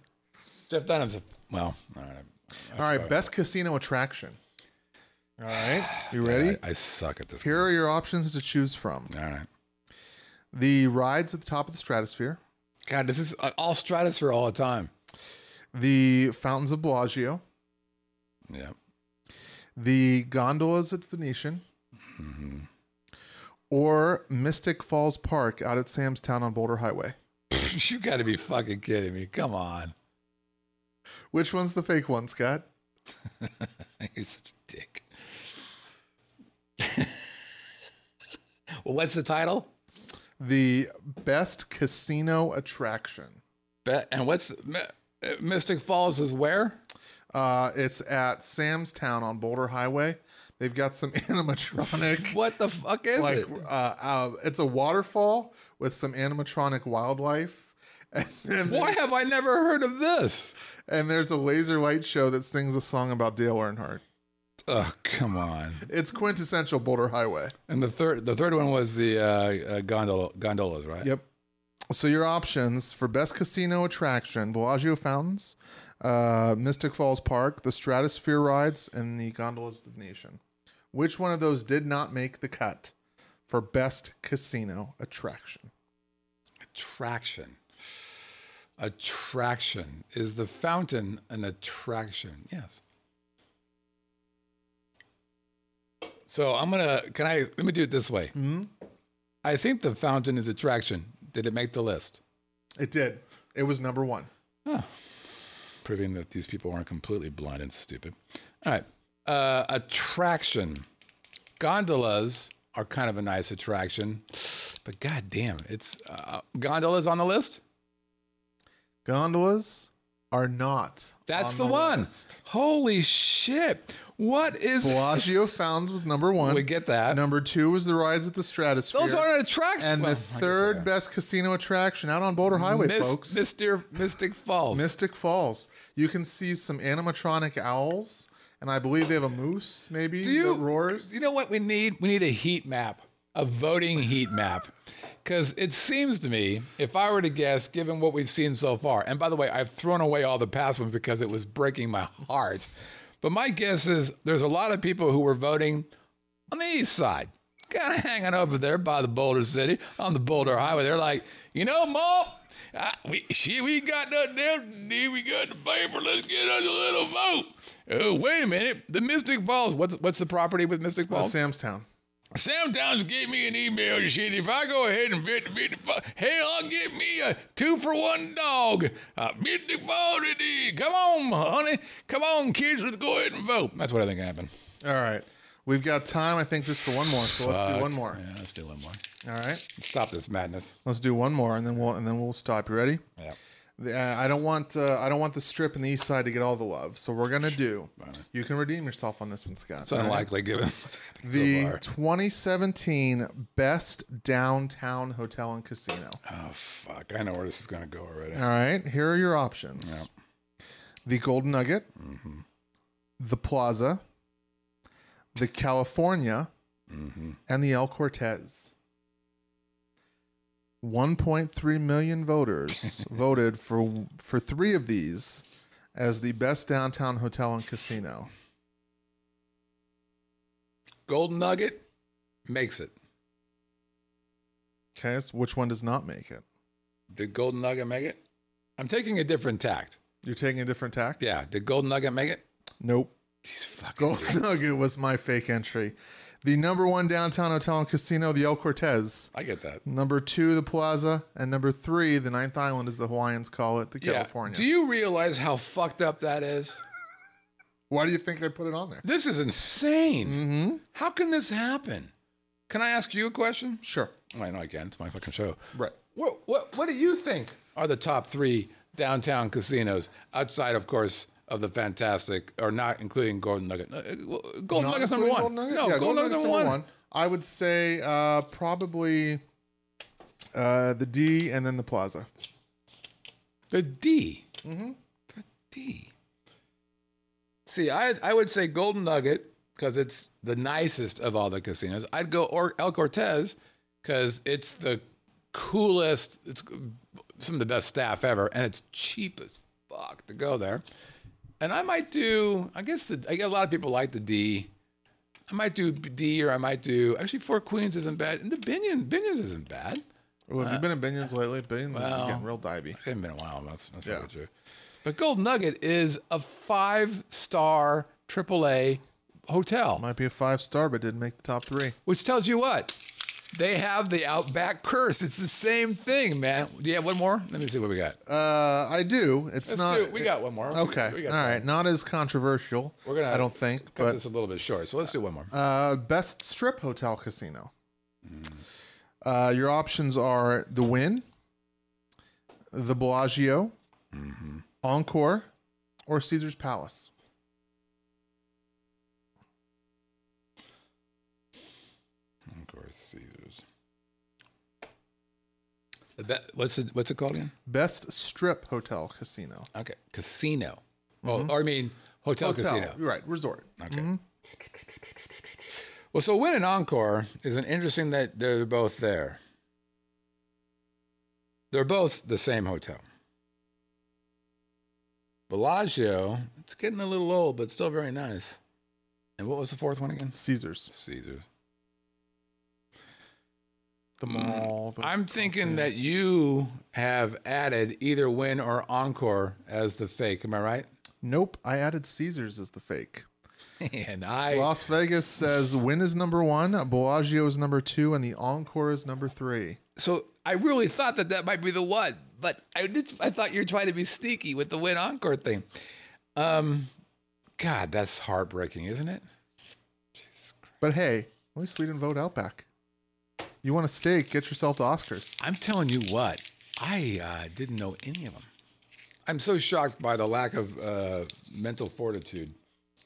[SPEAKER 2] Jeff Dunham's a well. All right.
[SPEAKER 3] all right, best casino attraction. All right. You ready?
[SPEAKER 2] I, I suck at this.
[SPEAKER 3] Here are your options to choose from
[SPEAKER 2] All right.
[SPEAKER 3] the rides at the top of the stratosphere,
[SPEAKER 2] God, this is uh, all stratosphere all the time.
[SPEAKER 3] the fountains of Bellagio,
[SPEAKER 2] Yeah.
[SPEAKER 3] the gondolas at Venetian, or Mystic Falls Park out at Sam's Town on Boulder Highway.
[SPEAKER 2] you got to be fucking kidding me. Come on.
[SPEAKER 3] Which one's the fake one, Scott?
[SPEAKER 2] You're such a dick. well, what's the title?
[SPEAKER 3] The best casino attraction.
[SPEAKER 2] Bet and what's Mi- uh, Mystic Falls is where?
[SPEAKER 3] Uh, it's at Sam's Town on Boulder Highway. They've got some animatronic,
[SPEAKER 2] What the fuck is
[SPEAKER 3] like
[SPEAKER 2] it?
[SPEAKER 3] uh, uh, it's a waterfall with some animatronic wildlife, and then
[SPEAKER 2] Why have I never heard of this?
[SPEAKER 3] and there's a laser light show that sings a song about Dale Earnhardt.
[SPEAKER 2] Oh, come on.
[SPEAKER 3] It's quintessential Boulder Highway.
[SPEAKER 2] And the third the third one was the uh, uh, gondola, gondolas, right?
[SPEAKER 3] Yep. So your options for best casino attraction: Bellagio Fountains, uh, Mystic Falls Park, the Stratosphere rides, and the gondolas of the Venetian. Which one of those did not make the cut for best casino attraction?
[SPEAKER 2] Attraction. Attraction. Is the fountain an attraction? Yes. So I'm gonna can I let me do it this way. I think the fountain is attraction. Did it make the list?
[SPEAKER 3] It did. It was number one.
[SPEAKER 2] Proving that these people aren't completely blind and stupid. All right. Uh, attraction. Gondolas are kind of a nice attraction, but goddamn, it's uh, gondolas on the list.
[SPEAKER 3] Gondolas are not.
[SPEAKER 2] That's
[SPEAKER 3] on
[SPEAKER 2] the, one.
[SPEAKER 3] list.
[SPEAKER 2] Holy shit. What is
[SPEAKER 3] Bellagio Fountains was number one.
[SPEAKER 2] We get that.
[SPEAKER 3] Number two was the rides at the Stratosphere.
[SPEAKER 2] Those aren't attractions.
[SPEAKER 3] and
[SPEAKER 2] Well, I
[SPEAKER 3] the
[SPEAKER 2] guess
[SPEAKER 3] third
[SPEAKER 2] they are.
[SPEAKER 3] best casino attraction out on Boulder Highway,
[SPEAKER 2] Mis-
[SPEAKER 3] folks.
[SPEAKER 2] Mr. Mystic Falls.
[SPEAKER 3] Mystic Falls. You can see some animatronic owls, and I believe they have a moose, maybe
[SPEAKER 2] Do you
[SPEAKER 3] that roars.
[SPEAKER 2] You know what we need? We need a heat map, a voting heat map. Because it seems to me, if I were to guess, given what we've seen so far, and by the way, I've thrown away all the past ones because it was breaking my heart. But my guess is there's a lot of people who were voting on the east side, kind of hanging over there by the Boulder City on the Boulder Highway. They're like, you know, Mom, I, we she we got nothing else to do. We got the paper. Let's get us a little vote. Oh, wait a minute. The Mystic Falls. What's what's the property with Mystic
[SPEAKER 3] Uh,
[SPEAKER 2] Falls?
[SPEAKER 3] Sam's Town.
[SPEAKER 2] Sam Downs gave me an email and shit. If I go ahead and bid, bid, hell, I'll get me a two for one dog. Uh, bid the vote it is. Come on, honey. Come on, kids. Let's go ahead and vote. That's what I think happened.
[SPEAKER 3] All right. We've got time, I think, just for one more. So let's do one more.
[SPEAKER 2] Yeah, let's do one more.
[SPEAKER 3] All right.
[SPEAKER 2] Stop this madness.
[SPEAKER 3] Let's do one more, and then we'll and then we'll stop. You ready?
[SPEAKER 2] Yeah.
[SPEAKER 3] The- uh, I don't want uh, I don't want the strip and the east side to get all the love. So we're gonna do. You can redeem yourself on this one, Scott.
[SPEAKER 2] It's unlikely given what's happened
[SPEAKER 3] the
[SPEAKER 2] so far.
[SPEAKER 3] 2017 best downtown hotel and casino.
[SPEAKER 2] Oh, fuck. I know where this is going to go already.
[SPEAKER 3] All right, here are your options: the Golden Nugget, the Plaza, the California,
[SPEAKER 2] Mm-hmm.
[SPEAKER 3] and the El Cortez. 1.3 million voters voted for for three of these as the best downtown hotel and casino.
[SPEAKER 2] Golden Nugget makes it.
[SPEAKER 3] Okay, so which one does not make it?
[SPEAKER 2] Did Golden Nugget make it? I'm taking a different tact.
[SPEAKER 3] You're taking a different tack.
[SPEAKER 2] Yeah. Did Golden Nugget make it?
[SPEAKER 3] Nope.
[SPEAKER 2] These fucking.
[SPEAKER 3] Gold Nugget was my fake entry. The number one downtown hotel and casino, the El Cortez.
[SPEAKER 2] I get that.
[SPEAKER 3] Number two, the Plaza, and number three, the Ninth Island, as the Hawaiians call it, the
[SPEAKER 2] Yeah.
[SPEAKER 3] California.
[SPEAKER 2] Do you realize how fucked up that is?
[SPEAKER 3] Why do you think I put it on there?
[SPEAKER 2] This is insane.
[SPEAKER 3] Mm.
[SPEAKER 2] Mm-hmm. How can this happen? Can I ask you a question?
[SPEAKER 3] Sure.
[SPEAKER 2] Well, I know I can. It's my fucking show.
[SPEAKER 3] Right.
[SPEAKER 2] What, what, what do you think are the top three downtown casinos outside, of course, of the fantastic, or not including Golden Nugget? Uh, well, Golden
[SPEAKER 3] Not
[SPEAKER 2] Nugget's number one.
[SPEAKER 3] including Golden Nugget?
[SPEAKER 2] No,
[SPEAKER 3] Yeah,
[SPEAKER 2] Golden, Nugget's number one.
[SPEAKER 3] I would say uh, probably uh, the D and then the Plaza.
[SPEAKER 2] The D. Mm-hmm. The D. See, I, I would say Golden Nugget because it's the nicest of all the casinos. I'd go or El Cortez because it's the coolest. It's some of the best staff ever, and it's cheap as fuck to go there. And I might do. I guess the, I get a lot of people like the D. I might do D or I might do actually Four Queens isn't bad, and the Binion Binions isn't bad.
[SPEAKER 3] Well, have you been in Binions lately? Binions
[SPEAKER 2] Uh, well,
[SPEAKER 3] is getting real divey.
[SPEAKER 2] It's been a while. That's that's
[SPEAKER 3] Yeah.
[SPEAKER 2] probably true. But Gold Nugget is a five star AAA hotel,
[SPEAKER 3] Might be a five star, but didn't make the top three.
[SPEAKER 2] which tells you what they have the Outback curse. It's the same thing, man. Do you have one more? Let me see what we got.
[SPEAKER 3] Uh, I do. It's
[SPEAKER 2] Let's
[SPEAKER 3] not.
[SPEAKER 2] do it. We got one more. We-
[SPEAKER 3] Okay.
[SPEAKER 2] we
[SPEAKER 3] All
[SPEAKER 2] got time.
[SPEAKER 3] right. Not as controversial.
[SPEAKER 2] We're gonna
[SPEAKER 3] I don't think.
[SPEAKER 2] Cut
[SPEAKER 3] But
[SPEAKER 2] this a little bit short. So let's do one more.
[SPEAKER 3] Uh, best strip hotel casino.
[SPEAKER 2] Mm.
[SPEAKER 3] Uh, your options are the Win, the Bellagio,
[SPEAKER 2] Mm-hmm.
[SPEAKER 3] Encore, or Caesar's Palace.
[SPEAKER 2] Of course, Caesars. what's it, what's it called again?
[SPEAKER 3] Best strip hotel casino.
[SPEAKER 2] Okay, casino.
[SPEAKER 3] Mm-hmm.
[SPEAKER 2] Oh, or I mean hotel, casino.
[SPEAKER 3] Right. Resort.
[SPEAKER 2] Okay. Well, so Win and Encore is an interesting that they're both there. They're both the same hotel. Bellagio, it's getting a little old, but still very nice. And what was the fourth one again?
[SPEAKER 3] Caesar's.
[SPEAKER 2] Caesars.
[SPEAKER 3] The mall. the-
[SPEAKER 2] Mm. I'm thinking that you have added either Win or Encore as the fake. Am I right?
[SPEAKER 3] Nope. I added Caesar's as the fake.
[SPEAKER 2] and I
[SPEAKER 3] Las Vegas says Win is number one, Bellagio is number two, and the Encore is number three.
[SPEAKER 2] so I really thought that that might be the one, but I did, I thought you were trying to be sneaky with the win encore thing. Um, God, that's heartbreaking, isn't it?
[SPEAKER 3] But hey, at least we didn't vote Outback. You want a steak? Get yourself to Oscars.
[SPEAKER 2] I'm telling you what, I uh, didn't know any of them. I'm so shocked by the lack of uh, mental fortitude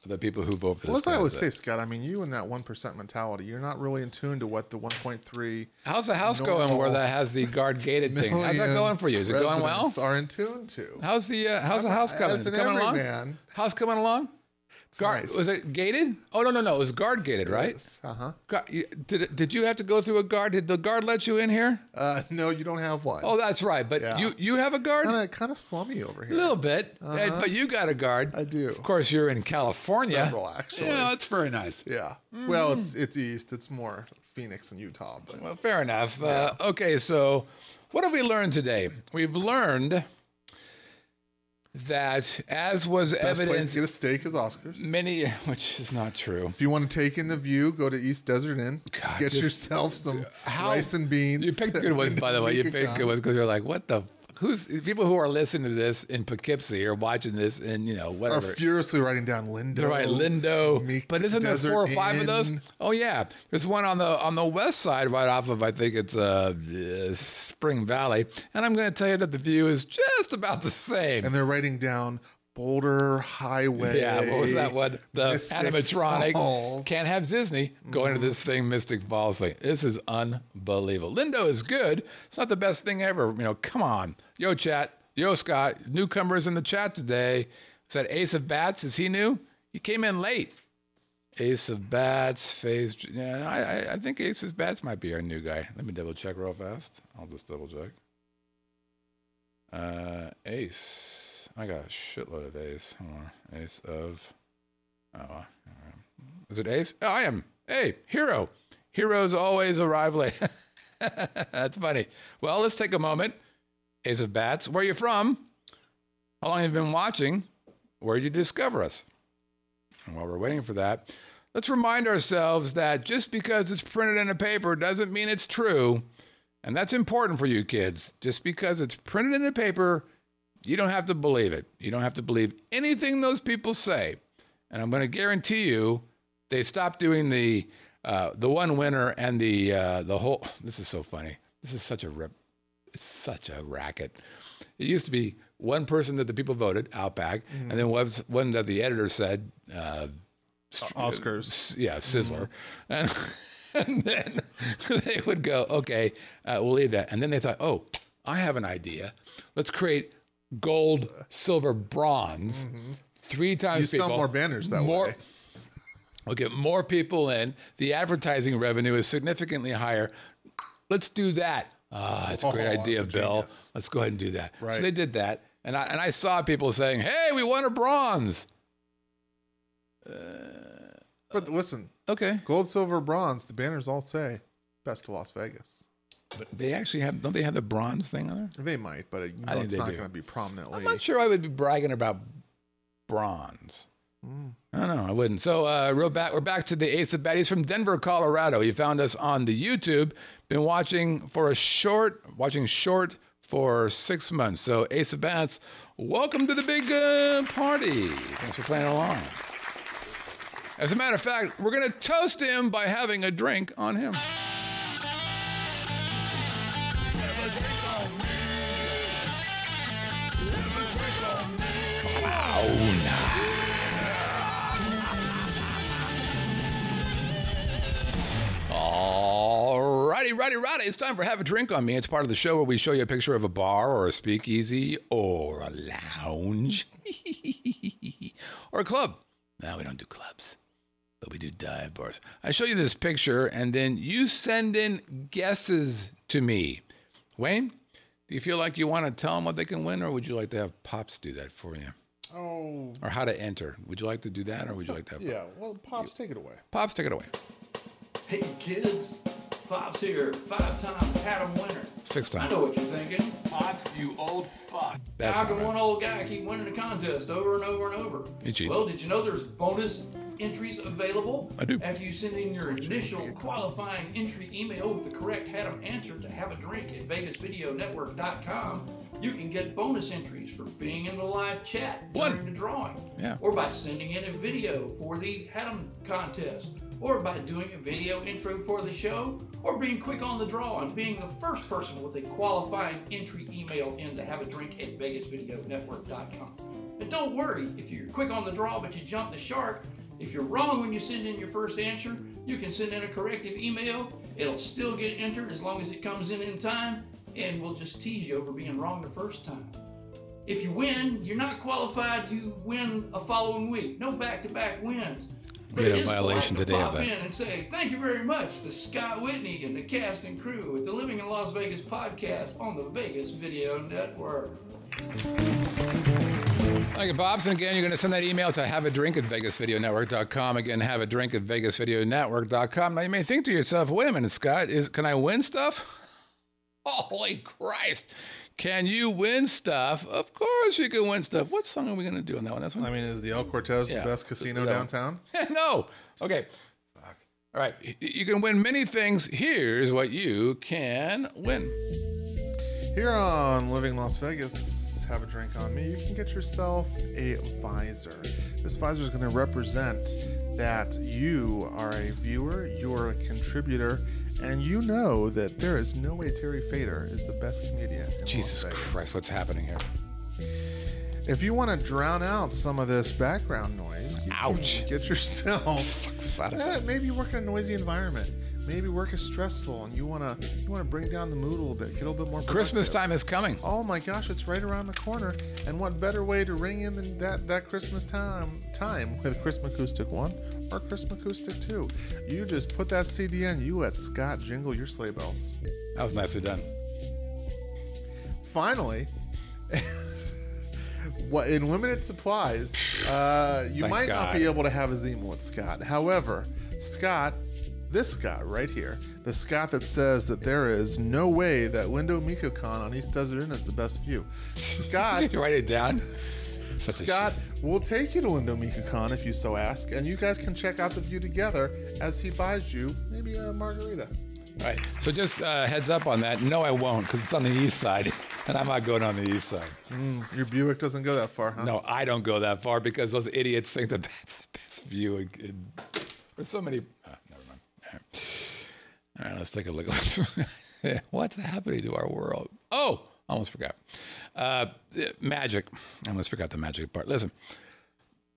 [SPEAKER 2] of the people who vote for this.
[SPEAKER 3] Well, as I
[SPEAKER 2] thing.
[SPEAKER 3] always say, Scott, I mean, you and that one percent mentality, you're not really in tune to what the 1.3
[SPEAKER 2] How's the house going where
[SPEAKER 3] normal
[SPEAKER 2] that has the guard gated thing? How's that
[SPEAKER 3] million
[SPEAKER 2] going for you? Is it going well?
[SPEAKER 3] residents Are in tune to?
[SPEAKER 2] How's the uh, how's the house coming?
[SPEAKER 3] As
[SPEAKER 2] Is it
[SPEAKER 3] an
[SPEAKER 2] coming along?
[SPEAKER 3] everyman,
[SPEAKER 2] House coming along? Guard
[SPEAKER 3] nice.
[SPEAKER 2] was it gated? Oh no no no, it was guard gated, right?
[SPEAKER 3] Uh huh.
[SPEAKER 2] Gu- you- Did it- did you have to go through a guard? Did the guard let you in here?
[SPEAKER 3] Uh, no, you don't have one.
[SPEAKER 2] Oh, that's right. But
[SPEAKER 3] Yeah.
[SPEAKER 2] you you have a guard?
[SPEAKER 3] kind of kind of slummy over
[SPEAKER 2] a
[SPEAKER 3] here.
[SPEAKER 2] little bit, Eh, but you got a guard.
[SPEAKER 3] Uh-huh. I do.
[SPEAKER 2] Of course, you're in California.
[SPEAKER 3] Several, actually.
[SPEAKER 2] Yeah, that's very nice.
[SPEAKER 3] Yeah. Well, it's it's east. It's more Phoenix and Utah, but
[SPEAKER 2] Well, fair enough. Uh, okay, so what have we learned today? We've learned that, as was
[SPEAKER 3] best place
[SPEAKER 2] evident,
[SPEAKER 3] to get a steak is Oscars.
[SPEAKER 2] many, which is not true.
[SPEAKER 3] If you want to take in the view, go to East Desert Inn.
[SPEAKER 2] God,
[SPEAKER 3] get
[SPEAKER 2] just-
[SPEAKER 3] yourself some
[SPEAKER 2] How-
[SPEAKER 3] rice and beans.
[SPEAKER 2] You picked good ones, by the way. You
[SPEAKER 3] Make a
[SPEAKER 2] picked good ones because you're like, what the? F-? Who's people who are listening to this in Poughkeepsie or watching this in you know
[SPEAKER 3] Are
[SPEAKER 2] whatever?
[SPEAKER 3] furiously writing down Lindo.
[SPEAKER 2] All right, Lindo.
[SPEAKER 3] Meek
[SPEAKER 2] but isn't there
[SPEAKER 3] Desert
[SPEAKER 2] four or five of those?
[SPEAKER 3] Inn.
[SPEAKER 2] Oh yeah, there's one on the on the west side, right off of I think it's uh, uh, Spring Valley, and I'm going to tell you that the view is just about the same.
[SPEAKER 3] And they're writing down Boulder Highway.
[SPEAKER 2] yeah, what was that one? The
[SPEAKER 3] Mystic
[SPEAKER 2] animatronic
[SPEAKER 3] Falls.
[SPEAKER 2] can't have Disney going to this thing, Mystic Falls thing. This is unbelievable. Lindo is good. It's not the best thing ever. You know, come on, yo chat, yo Scott, newcomers in the chat today. Is that Ace of Bats? Is he new? He came in late. Ace of Bats, phase. Yeah, I, I- I think Ace of Bats might be our new guy. Let me double check real fast. I'll just double check. Uh, Ace. I got a shitload of Ace. Hold on. Ace of. Oh, uh, is it Ace? Oh, I am. Hey, hero. Heroes always arrive late. That's funny. Well, let's take a moment. Ace of Bats, where you from? How long have you been watching? Where did you discover us? And while we're waiting for that, let's remind ourselves that just because it's printed in a paper doesn't mean it's true. And that's important for you kids. Just because it's printed in a paper, you don't have to believe it. You don't have to believe anything those people say. And I'm going to guarantee you, they stopped doing the uh, the one winner and the uh, the whole. This is so funny. This is such a rip. It's such a racket. It used to be one person that the people voted Outback, and then was one that the editor said uh,
[SPEAKER 3] Oscars.
[SPEAKER 2] s- yeah, Sizzler.
[SPEAKER 3] Mm-hmm.
[SPEAKER 2] And, and then they would go, okay, uh, we'll leave that. And then they thought, oh, I have an idea. Let's create gold, silver, bronze, three times
[SPEAKER 3] Mm-hmm. You sell
[SPEAKER 2] people-
[SPEAKER 3] more banners that
[SPEAKER 2] more-
[SPEAKER 3] way.
[SPEAKER 2] We'll get more people in. The advertising revenue is significantly higher. Let's do that. Ah, that's a great
[SPEAKER 3] Oh, that's
[SPEAKER 2] idea,
[SPEAKER 3] a
[SPEAKER 2] Bill.
[SPEAKER 3] genius.
[SPEAKER 2] Let's go ahead and do that.
[SPEAKER 3] Right.
[SPEAKER 2] So they did that, and I and I saw people saying, "Hey, we won a bronze."
[SPEAKER 3] But listen,
[SPEAKER 2] Okay.
[SPEAKER 3] Gold, silver, bronze. The banners all say "Best of Las Vegas."
[SPEAKER 2] But they actually have, don't they have the bronze thing on there?
[SPEAKER 3] They might, but uh, you know,
[SPEAKER 2] I think
[SPEAKER 3] it's
[SPEAKER 2] they
[SPEAKER 3] not
[SPEAKER 2] do.
[SPEAKER 3] going to be prominently.
[SPEAKER 2] I'm not sure I would be bragging about bronze. I don't know. I wouldn't. So uh, real back, we're back to the Ace of Baddies from Denver, Colorado. You found us on the YouTube. Been watching for a short, watching short for six months. So Ace of Bats, welcome to the big uh, party. Thanks for playing along. As a matter of fact, we're gonna toast him by having a drink on him. Alrighty, righty, righty. It's time for Have a Drink on Me. It's part of the show where we show you a picture of a bar or a speakeasy or a lounge or a club. No, we don't do clubs, but we do dive bars. I show you this picture and then you send in guesses to me. Wayne, do you feel like you want to tell them what they can win or would you like to have Pops do that for you?
[SPEAKER 3] Oh,
[SPEAKER 2] Or how to enter? Would you like to do that or would you like to have
[SPEAKER 3] yeah. Well, pops, take it away.
[SPEAKER 2] Pops take it away?
[SPEAKER 4] Hey kids, Pop's here, five-time Paddle winner.
[SPEAKER 2] Six
[SPEAKER 4] I
[SPEAKER 2] times.
[SPEAKER 4] know what you're thinking.
[SPEAKER 1] Pops, you old fuck.
[SPEAKER 2] That's
[SPEAKER 4] How
[SPEAKER 2] not
[SPEAKER 4] can
[SPEAKER 2] right.
[SPEAKER 4] one old guy keep winning a contest over and over and over?
[SPEAKER 2] He cheats.
[SPEAKER 4] Well, did you know there's bonus entries available?
[SPEAKER 2] I do.
[SPEAKER 4] After you send in your initial qualifying entry email with the correct Haddam answer to have a drink at VegasVideoNetwork.com, you can get bonus entries for being in the live chat
[SPEAKER 2] What?
[SPEAKER 4] during the drawing,
[SPEAKER 2] Yeah.
[SPEAKER 4] or by sending in a video for the Haddam contest, or by doing a video intro for the show, or being quick on the draw and being the first person with a qualifying entry email in to have a drink at VegasVideoNetwork.com. And don't worry if you're quick on the draw but you jump the shark. If you're wrong when you send in your first answer, you can send in a corrected email. It'll still get entered as long as it comes in in time, and we'll just tease you over being wrong the first time. If you win, you're not qualified to win a following week. No back-to-back wins. But
[SPEAKER 2] We had a
[SPEAKER 4] it is polite
[SPEAKER 2] violation
[SPEAKER 4] to
[SPEAKER 2] today of
[SPEAKER 4] pop
[SPEAKER 2] that.
[SPEAKER 4] in and say thank you very much to Scott Whitney and the cast and crew at the Living in Las Vegas podcast on the Vegas Video Network.
[SPEAKER 2] Thank you, Bob's. And again, you're going to send that email to have a drink at vegasvideonetwork.com. Again, have a drink at vegasvideonetwork.com. Now, you may think to yourself, wait a minute, Scott, is, can I win stuff? Holy Christ. Can you win stuff? Of course you can win stuff. What song are we going to do on that one? That's one?
[SPEAKER 3] I mean, is the El Cortez
[SPEAKER 2] Yeah.
[SPEAKER 3] the best casino
[SPEAKER 2] Yeah.
[SPEAKER 3] downtown?
[SPEAKER 2] no. Okay. All right. Y- You can win many things. Here's what you can win.
[SPEAKER 3] Here on Living Las Vegas, have a drink on me. You can get yourself a visor. This visor is going to represent that you are a viewer, you're a contributor, and you know that there is no way Terry Fader is the best comedian. In
[SPEAKER 2] Jesus
[SPEAKER 3] Las Vegas.
[SPEAKER 2] Christ, what's happening here?
[SPEAKER 3] If you want to drown out some of this background noise, you can
[SPEAKER 2] Ouch.
[SPEAKER 3] Get yourself.
[SPEAKER 2] Is that a-
[SPEAKER 3] Yeah, maybe you work in a noisy environment. Maybe work is stressful, and you wanna you wanna bring down the mood a little bit, get a little bit more.
[SPEAKER 2] Christmas
[SPEAKER 3] productive.
[SPEAKER 2] time is coming.
[SPEAKER 3] Oh my gosh, it's right around the corner. And what better way to ring in than that, that Christmas time time with Christmas Acoustic 1 or Christmas Acoustic 2? You just put that CD in, you let Scott jingle your sleigh bells.
[SPEAKER 2] That was nicely done.
[SPEAKER 3] Finally, what in limited supplies, uh, you
[SPEAKER 2] Thank
[SPEAKER 3] might not be
[SPEAKER 2] God.
[SPEAKER 3] able to have a Zima with Scott. However, Scott, this Scott right here, the Scott that says that there is no way that Lindo Mikocon on East Desert Inn is the best view. Scott
[SPEAKER 2] You write it down. Such a
[SPEAKER 3] Scott, we'll take you to Lindo Mikocon if you so ask, and you guys can check out the view together as he buys you maybe a margarita.
[SPEAKER 2] All right. So just uh, heads up on that. No, I won't, because it's on the east side, and I'm not going on the east side.
[SPEAKER 3] Your Buick doesn't go that far, huh?
[SPEAKER 2] No, I don't go that far because those idiots think that that's the best view. in- in- There's so many. ah, never mind. All right. All right, let's take a look. What's happening to our world? Oh, almost forgot. Uh, eh, magic. I almost forgot the magic part. Listen,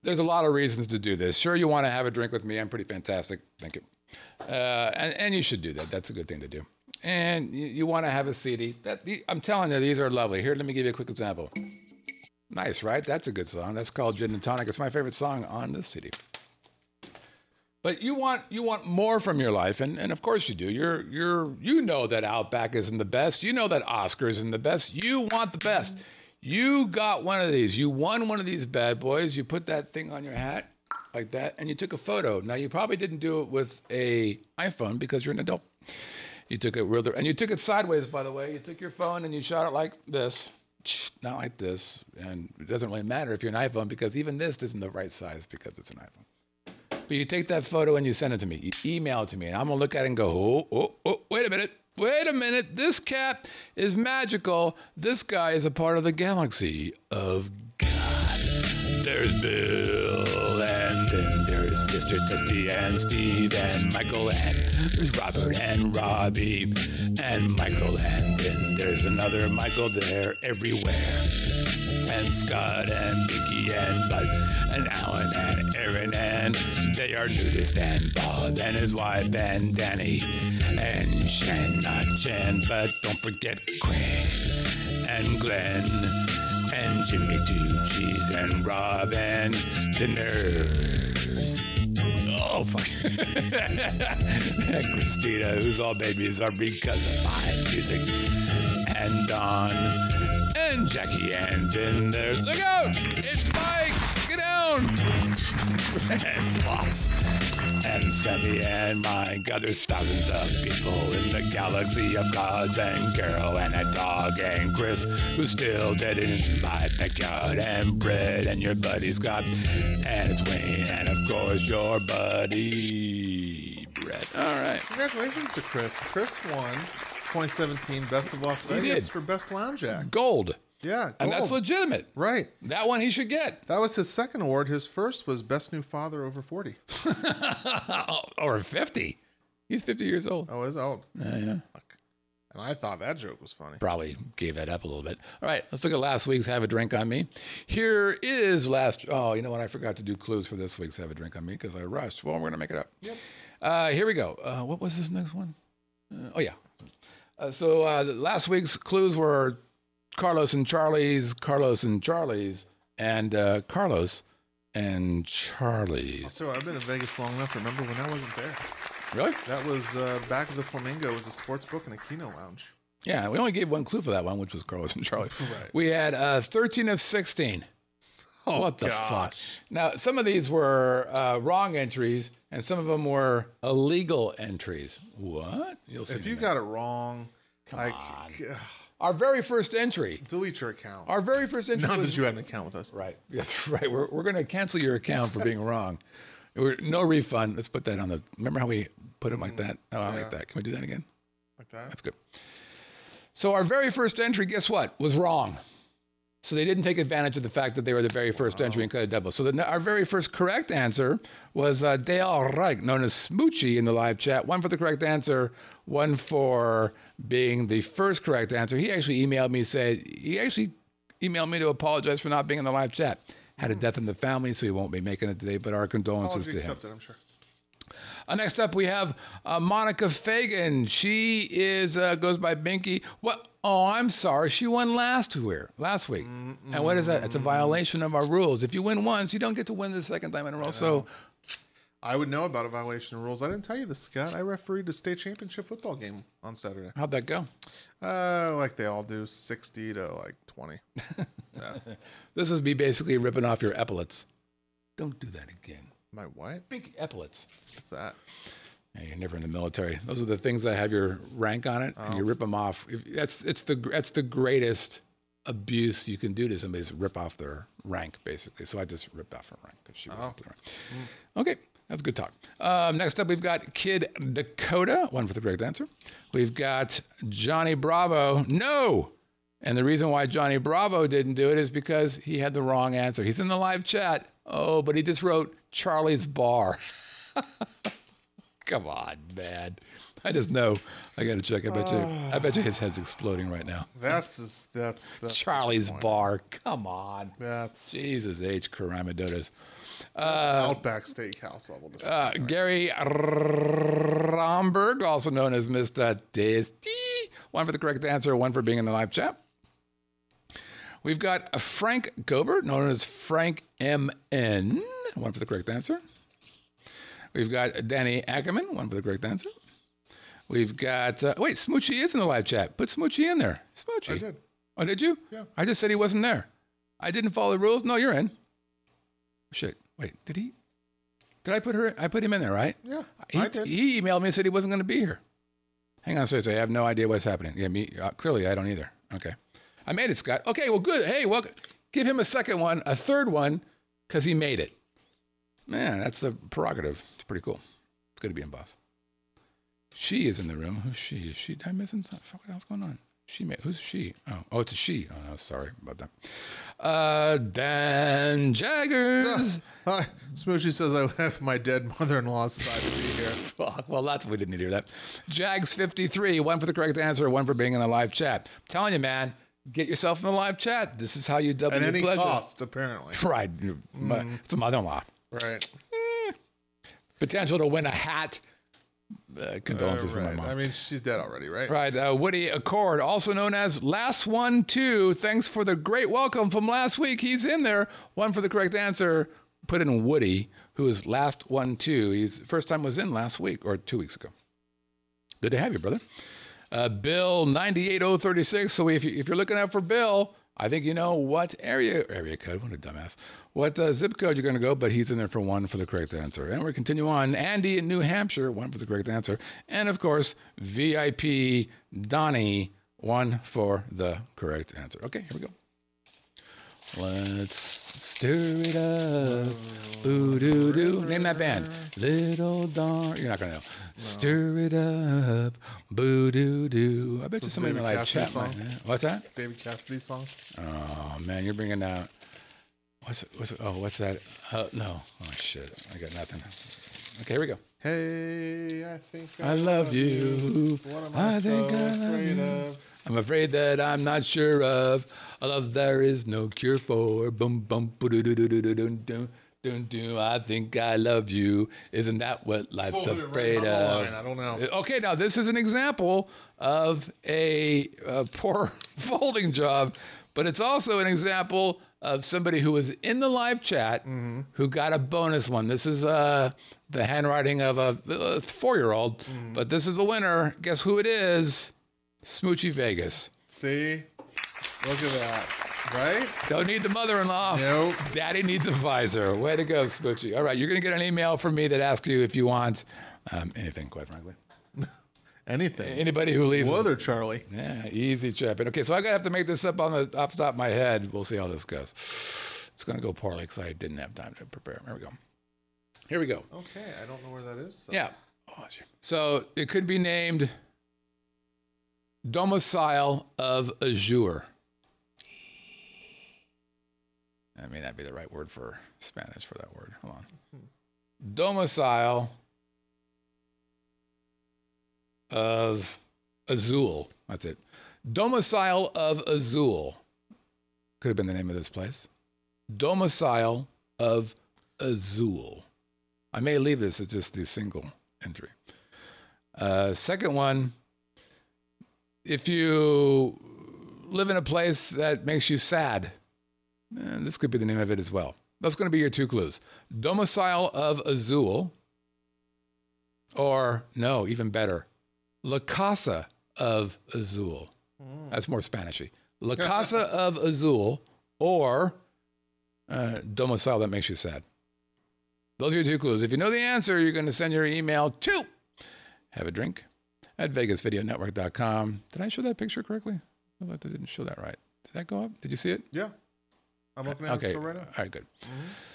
[SPEAKER 2] there's a lot of reasons to do this. Sure, you want to have a drink with me. I'm pretty fantastic. Thank you. Uh, and, and you should do that. That's a good thing to do. And you, you want to have a CD. That the, I'm telling you, these are lovely. Here, let me give you a quick example. Nice, right? That's a good song. That's called Gin and Tonic. It's my favorite song on this CD. But you want you want more from your life, and, and of course you do. You're you're you know that Outback isn't the best. You know that Oscar isn't the best. You want the best. You got one of these. You won one of these bad boys. You put that thing on your hat. like that, and you took a photo. Now you probably didn't do it with a iPhone because you're an adult. You took it rather, and you took it sideways. By the way, you took your phone and you shot it like this, not like this. And it doesn't really matter if you're an iPhone because even this isn't the right size because it's an iPhone. But you take that photo and you send it to me. You email it to me, and I'm gonna look at it and go, oh, oh, oh, wait a minute, wait a minute. This cat is magical. This guy is a part of the galaxy of God. There's Bill, and then there's Mr. Testy and Steve and Michael and there's Robert and Robbie and Michael, and then there's another Michael there everywhere and Scott and Vicky and Bud and Alan and Aaron and they are nudist and Bob and his wife and Danny and Shan not Shan but don't forget Craig and Glenn and Jimmy Two Cheese and Rob and the nurse. Oh fuck! Christina, who's all babies are because of my music, and Don, and Jackie, and then there. Look out! It's Mike. Get down! and Plots, and Sammy, and my God, there's thousands of people in the galaxy of gods, and Carol, and a dog, and Chris, who's still dead in my backyard, and Brett, and your buddy Scott, and it's Wayne, and of course your buddy Brett. All right.
[SPEAKER 3] Congratulations to Chris. Chris won 2017 Best of Las Vegas
[SPEAKER 2] did.
[SPEAKER 3] for Best Lounge Act.
[SPEAKER 2] Gold.
[SPEAKER 3] Yeah,
[SPEAKER 2] And that's
[SPEAKER 3] gold.
[SPEAKER 2] legitimate.
[SPEAKER 3] right.
[SPEAKER 2] That one he should get.
[SPEAKER 3] That was his second award. His first was Best New Father over 40.
[SPEAKER 2] or 50. He's 50 years old.
[SPEAKER 3] Oh, is oh,
[SPEAKER 2] Yeah, yeah.
[SPEAKER 3] and I thought that joke was funny.
[SPEAKER 2] Probably gave that up a little bit. All right, let's look at last week's Have a Drink on Me. Here is last. Oh, you know what? I forgot to do clues for this week's Have a Drink on Me because I rushed. Well, we're going to make it up. Yep. Uh, here we go. Uh, what was this next one? Uh, oh, yeah. Uh, so uh, the- last week's clues were Carlos and Charlie's, Carlos and Charlie's, and uh, Carlos and Charlie's.
[SPEAKER 3] So I've been in Vegas long enough. to Remember when I wasn't there?
[SPEAKER 2] Really?
[SPEAKER 3] That was uh, back of the flamingo was a sports book and a kino lounge.
[SPEAKER 2] Yeah, we only gave one clue for that one, which was Carlos and Charlie. We had uh, 13 of 16. Oh, what the fuck? Now, some of these were uh, wrong entries, and some of them were illegal entries. What? You'll see.
[SPEAKER 3] If you got it wrong, like ugh,
[SPEAKER 2] our very first entry,
[SPEAKER 3] delete your account.
[SPEAKER 2] our very first entry.
[SPEAKER 3] Not
[SPEAKER 2] was-
[SPEAKER 3] that you had an account with us.
[SPEAKER 2] Right. Yes, right. We're, we're going to cancel your account for being wrong. We're, no refund. Let's put that on the. Remember how we put it like
[SPEAKER 3] Mm.
[SPEAKER 2] that? Oh, I like that. Can we do that again?
[SPEAKER 3] Like that.
[SPEAKER 2] That's good. So our very first entry, guess what, was wrong. So they didn't take advantage of the fact that they were the very first entry and cut a double. So the, our very first correct answer was uh, Dale Reich, known as Smoochie in the live chat. One for the correct answer, one for being the first correct answer. He actually emailed me, said he actually emailed me to apologize for not being in the live chat. Had a death in the family, so he won't be making it today. But our condolences
[SPEAKER 3] Apology
[SPEAKER 2] to him.
[SPEAKER 3] accepted, I'm sure.
[SPEAKER 2] Uh, next up, we have uh, Monica Fagan. She is uh, goes by Binky. What? Oh, I'm sorry. She won last year, last week. And what is that? It's a violation of our rules. If you win once, you don't get to win the second time in a row. So
[SPEAKER 3] I would know about a violation of rules. I didn't tell you this, Scott. I refereed a state championship football game on Saturday.
[SPEAKER 2] how'd that go?
[SPEAKER 3] Uh, like they all do, sixty to like twenty.
[SPEAKER 2] This is me basically ripping off your epaulets. Don't do that again.
[SPEAKER 3] My what?
[SPEAKER 2] Big epaulets.
[SPEAKER 3] What's that?
[SPEAKER 2] Yeah, you're never in the military. Those are the things that have your rank on it, and you rip them off. If- That's it's the that's the greatest abuse you can do to somebody is rip off their rank, basically. So I just ripped off her rank because she was up there. Okay, that's good talk. Um, next up, we've got Kid Dakota, one for the correct answer. We've got Johnny Bravo. No. And the reason why Johnny Bravo didn't do it is because he had the wrong answer. He's in the live chat. Oh, but he just wrote Charlie's Bar. Come on, man. I just know. I got to check. I bet you. I bet you his head's exploding right now.
[SPEAKER 3] That's just, that's that's
[SPEAKER 2] Charlie's bar. Come on.
[SPEAKER 3] that's
[SPEAKER 2] Jesus H. Karamidotas.
[SPEAKER 3] Outback Steakhouse level. disgusting.
[SPEAKER 2] Uh, Gary Romberg, also known as Mr. Tasty. One for the correct answer, one for being in the live chat. We've got Frank Gobert, known as Frank MN. One for the correct answer. We've got Danny Ackerman, one for the correct answer. We've got, uh, wait, Smoochie is in the live chat. Put Smoochie in there. Smoochie.
[SPEAKER 3] I did.
[SPEAKER 2] Oh, did you?
[SPEAKER 3] Yeah.
[SPEAKER 2] I just said he wasn't there. I didn't follow the rules. No, you're in. Shit. Wait, did he? Did I put her? I put him in there, right?
[SPEAKER 3] Yeah,
[SPEAKER 2] He,
[SPEAKER 3] I did.
[SPEAKER 2] he emailed me and said he wasn't going to be here. Hang on, seriously, I have no idea what's happening. Yeah, me uh, clearly I don't either. Okay, I made it, Scott. Okay, well, good. Hey, well, give him a second one, a third one, because he made it. Man, that's the prerogative. It's pretty cool. It's good to be in boss. She is in the room. Who's she? Is she? Did I miss something? Fuck, what the hell's going on? She made. Who's she? Oh, oh, it's a she. Oh, sorry about that. Uh, Dan Jaggers.
[SPEAKER 3] Uh, Smooshy says I have my dead mother-in-law's side to
[SPEAKER 2] Fuck. Well, that's we didn't need to hear that. Jags 53, one for the correct answer, one for being in the live chat. I'm telling you, man, get yourself in the live chat. This is how you double
[SPEAKER 3] be here at
[SPEAKER 2] your
[SPEAKER 3] any
[SPEAKER 2] pleasure.
[SPEAKER 3] cost, Mm. apparently.
[SPEAKER 2] Right. My- It's a mother in law.
[SPEAKER 3] Right.
[SPEAKER 2] Potential to win a hat. Uh, condolences from my
[SPEAKER 3] Right.
[SPEAKER 2] mom.
[SPEAKER 3] I mean, she's dead already, right?
[SPEAKER 2] Right, uh, Woody Accord, also known as Last One Two. Thanks for the great welcome from last week. He's in there. One for the correct answer. Put in Woody, who is Last One Two. He's first time was in last week or two weeks ago. Good to have you, brother. Uh, Bill ninety eight oh thirty six. So if you, if you're looking out for Bill, I think you know what area area code. What a dumbass. What uh, zip code you're going to go? But he's in there for one for the correct answer. And we continue on. Andy in New Hampshire, one for the correct answer, and of course VIP Donnie, one for the correct answer. Okay, here we go. Let's stir it up. Ooh doo doo. Name that band. Little Darn. You're not gonna know. Stir it up. Boo doo doo. I bet you somebody in the
[SPEAKER 3] David
[SPEAKER 2] live
[SPEAKER 3] Cassidy
[SPEAKER 2] chat might
[SPEAKER 3] song.
[SPEAKER 2] know. What's that?
[SPEAKER 3] David Cassidy's song.
[SPEAKER 2] Oh man, you're bringing out. What's it, what's it, oh what's that? Uh, no. Oh shit. I got nothing. Okay, here we go.
[SPEAKER 3] Hey, I think
[SPEAKER 2] I love you.
[SPEAKER 3] What am I,
[SPEAKER 2] I think
[SPEAKER 3] so
[SPEAKER 2] I love
[SPEAKER 3] afraid
[SPEAKER 2] you.
[SPEAKER 3] of?
[SPEAKER 2] I'm afraid that I'm not sure of a love there is no cure for. Boom, boom, doo doo doo doo doo doo doo doo doo. I think I love you. Isn't that what life's
[SPEAKER 3] Folded it right
[SPEAKER 2] afraid
[SPEAKER 3] down the
[SPEAKER 2] of?
[SPEAKER 3] line, I don't know.
[SPEAKER 2] Uh, Okay, now this is an example of a, uh poor folding job, but it's also an example of somebody who was in the live chat who got a bonus one. This is uh, the handwriting of a, a four-year-old, but this is the winner. Guess who it is? Smoochie Vegas.
[SPEAKER 3] See? Look at that. Right?
[SPEAKER 2] Don't need the mother-in-law.
[SPEAKER 3] Nope.
[SPEAKER 2] Daddy needs a visor. Way to go, Smoochie. All right, you're gonna get an email from me that asks you if you want um, anything. Quite frankly,
[SPEAKER 3] Anything.
[SPEAKER 2] anybody who leaves.
[SPEAKER 3] Well, there, Charlie.
[SPEAKER 2] Yeah, easy trip. And okay, so I gotta have to make this up on the off the top of my head. We'll see how this goes. It's gonna go poorly because I didn't have time to prepare. Here we go. Here we go.
[SPEAKER 3] Okay, I don't know where that is. So.
[SPEAKER 2] Yeah. Oh, shit. So it could be named Domicile of Azure. That may not be the right word for Spanish for that word. Hold on. Domicile of Azul. That's it. Domicile of Azul. Could have been the name of this place. Domicile of Azul. I may leave this as just the single entry. Uh, second one, if you live in a place that makes you sad, eh, this could be the name of it as well. That's going to be your two clues Domicile of Azul, or no, even better, La Casa of Azul. That's more Spanishy. La Casa of Azul, or uh, Domicile that makes you sad. Those are your two clues. If you know the answer, you're going to send your email to have a drink at vegasvideonetwork.com. Did I show that picture correctly? I thought that didn't show that right. Did that go up? Did you see it?
[SPEAKER 3] Yeah. I'm looking at
[SPEAKER 2] Okay.
[SPEAKER 3] it still right
[SPEAKER 2] All
[SPEAKER 3] now.
[SPEAKER 2] right, good.
[SPEAKER 3] Mm-hmm.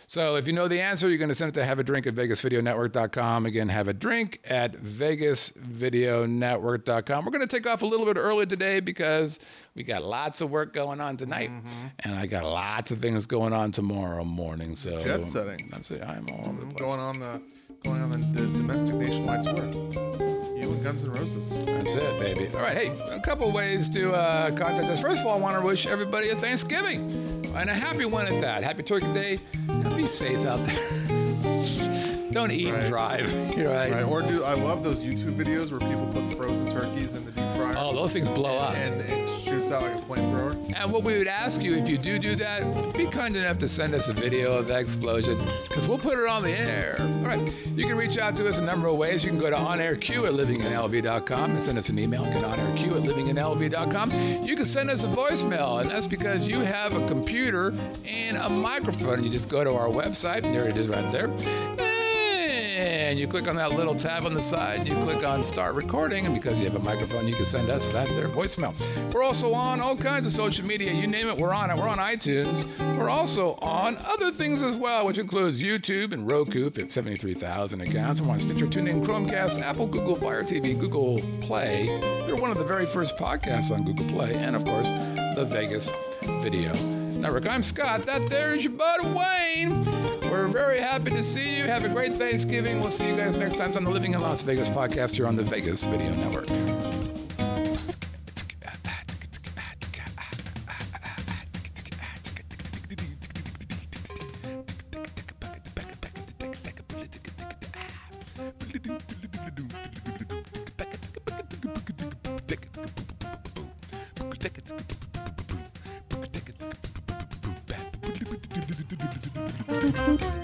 [SPEAKER 2] So if you know the answer, you're going to send it to have a drink at vegasvideonetwork.com. Again, have a drink at vegasvideonetwork.com. We're going to take off a little bit early today because we got lots of work going on tonight.
[SPEAKER 3] Mm-hmm.
[SPEAKER 2] And I got lots of things going on tomorrow morning. So
[SPEAKER 3] Jet setting.
[SPEAKER 2] That's it. I'm all over the place.
[SPEAKER 3] Going on the going on the, the domestic nationwide tour. You and Guns N' Roses.
[SPEAKER 2] That's it, baby. All right, hey, a couple ways to uh, contact us. First of all, I want to wish everybody a Thanksgiving and a happy one at that. Happy Turkey Day. Now be safe out there. Don't eat and
[SPEAKER 3] Right.
[SPEAKER 2] drive. You're right.
[SPEAKER 3] Right. Or do I love those YouTube videos where people put frozen turkeys in the deep fryer
[SPEAKER 2] Oh, those things blow up.
[SPEAKER 3] and it shoots out like a flamethrower?
[SPEAKER 2] And what we would ask you if you do do that, be kind enough to send us a video of that explosion because we'll put it on the air. All right. You can reach out to us a number of ways. You can go to onairq at livinginlv.com and send us an email. Get onairq at livinginlv.com. You can send us a voicemail, and that's because you have a computer and a microphone. You just go to our website, and there it is right there. And you click on that little tab on the side, and you click on start recording, and because you have a microphone, you can send us that there voicemail. We're also on all kinds of social media, you name it, we're on it. We're on iTunes. We're also on other things as well, which includes YouTube and Roku, 73,000 accounts. We're on Stitcher, TuneIn, Chromecast, Apple, Google Fire TV, Google Play. We're one of the very first podcasts on Google Play, and of course, the Vegas video. Network. I'm Scott. That there is your bud Wayne. We're very happy to see you. Have a great Thanksgiving. We'll see you guys next time on the Living in Las Vegas podcast here on the Vegas Video Network.
[SPEAKER 1] Ticket.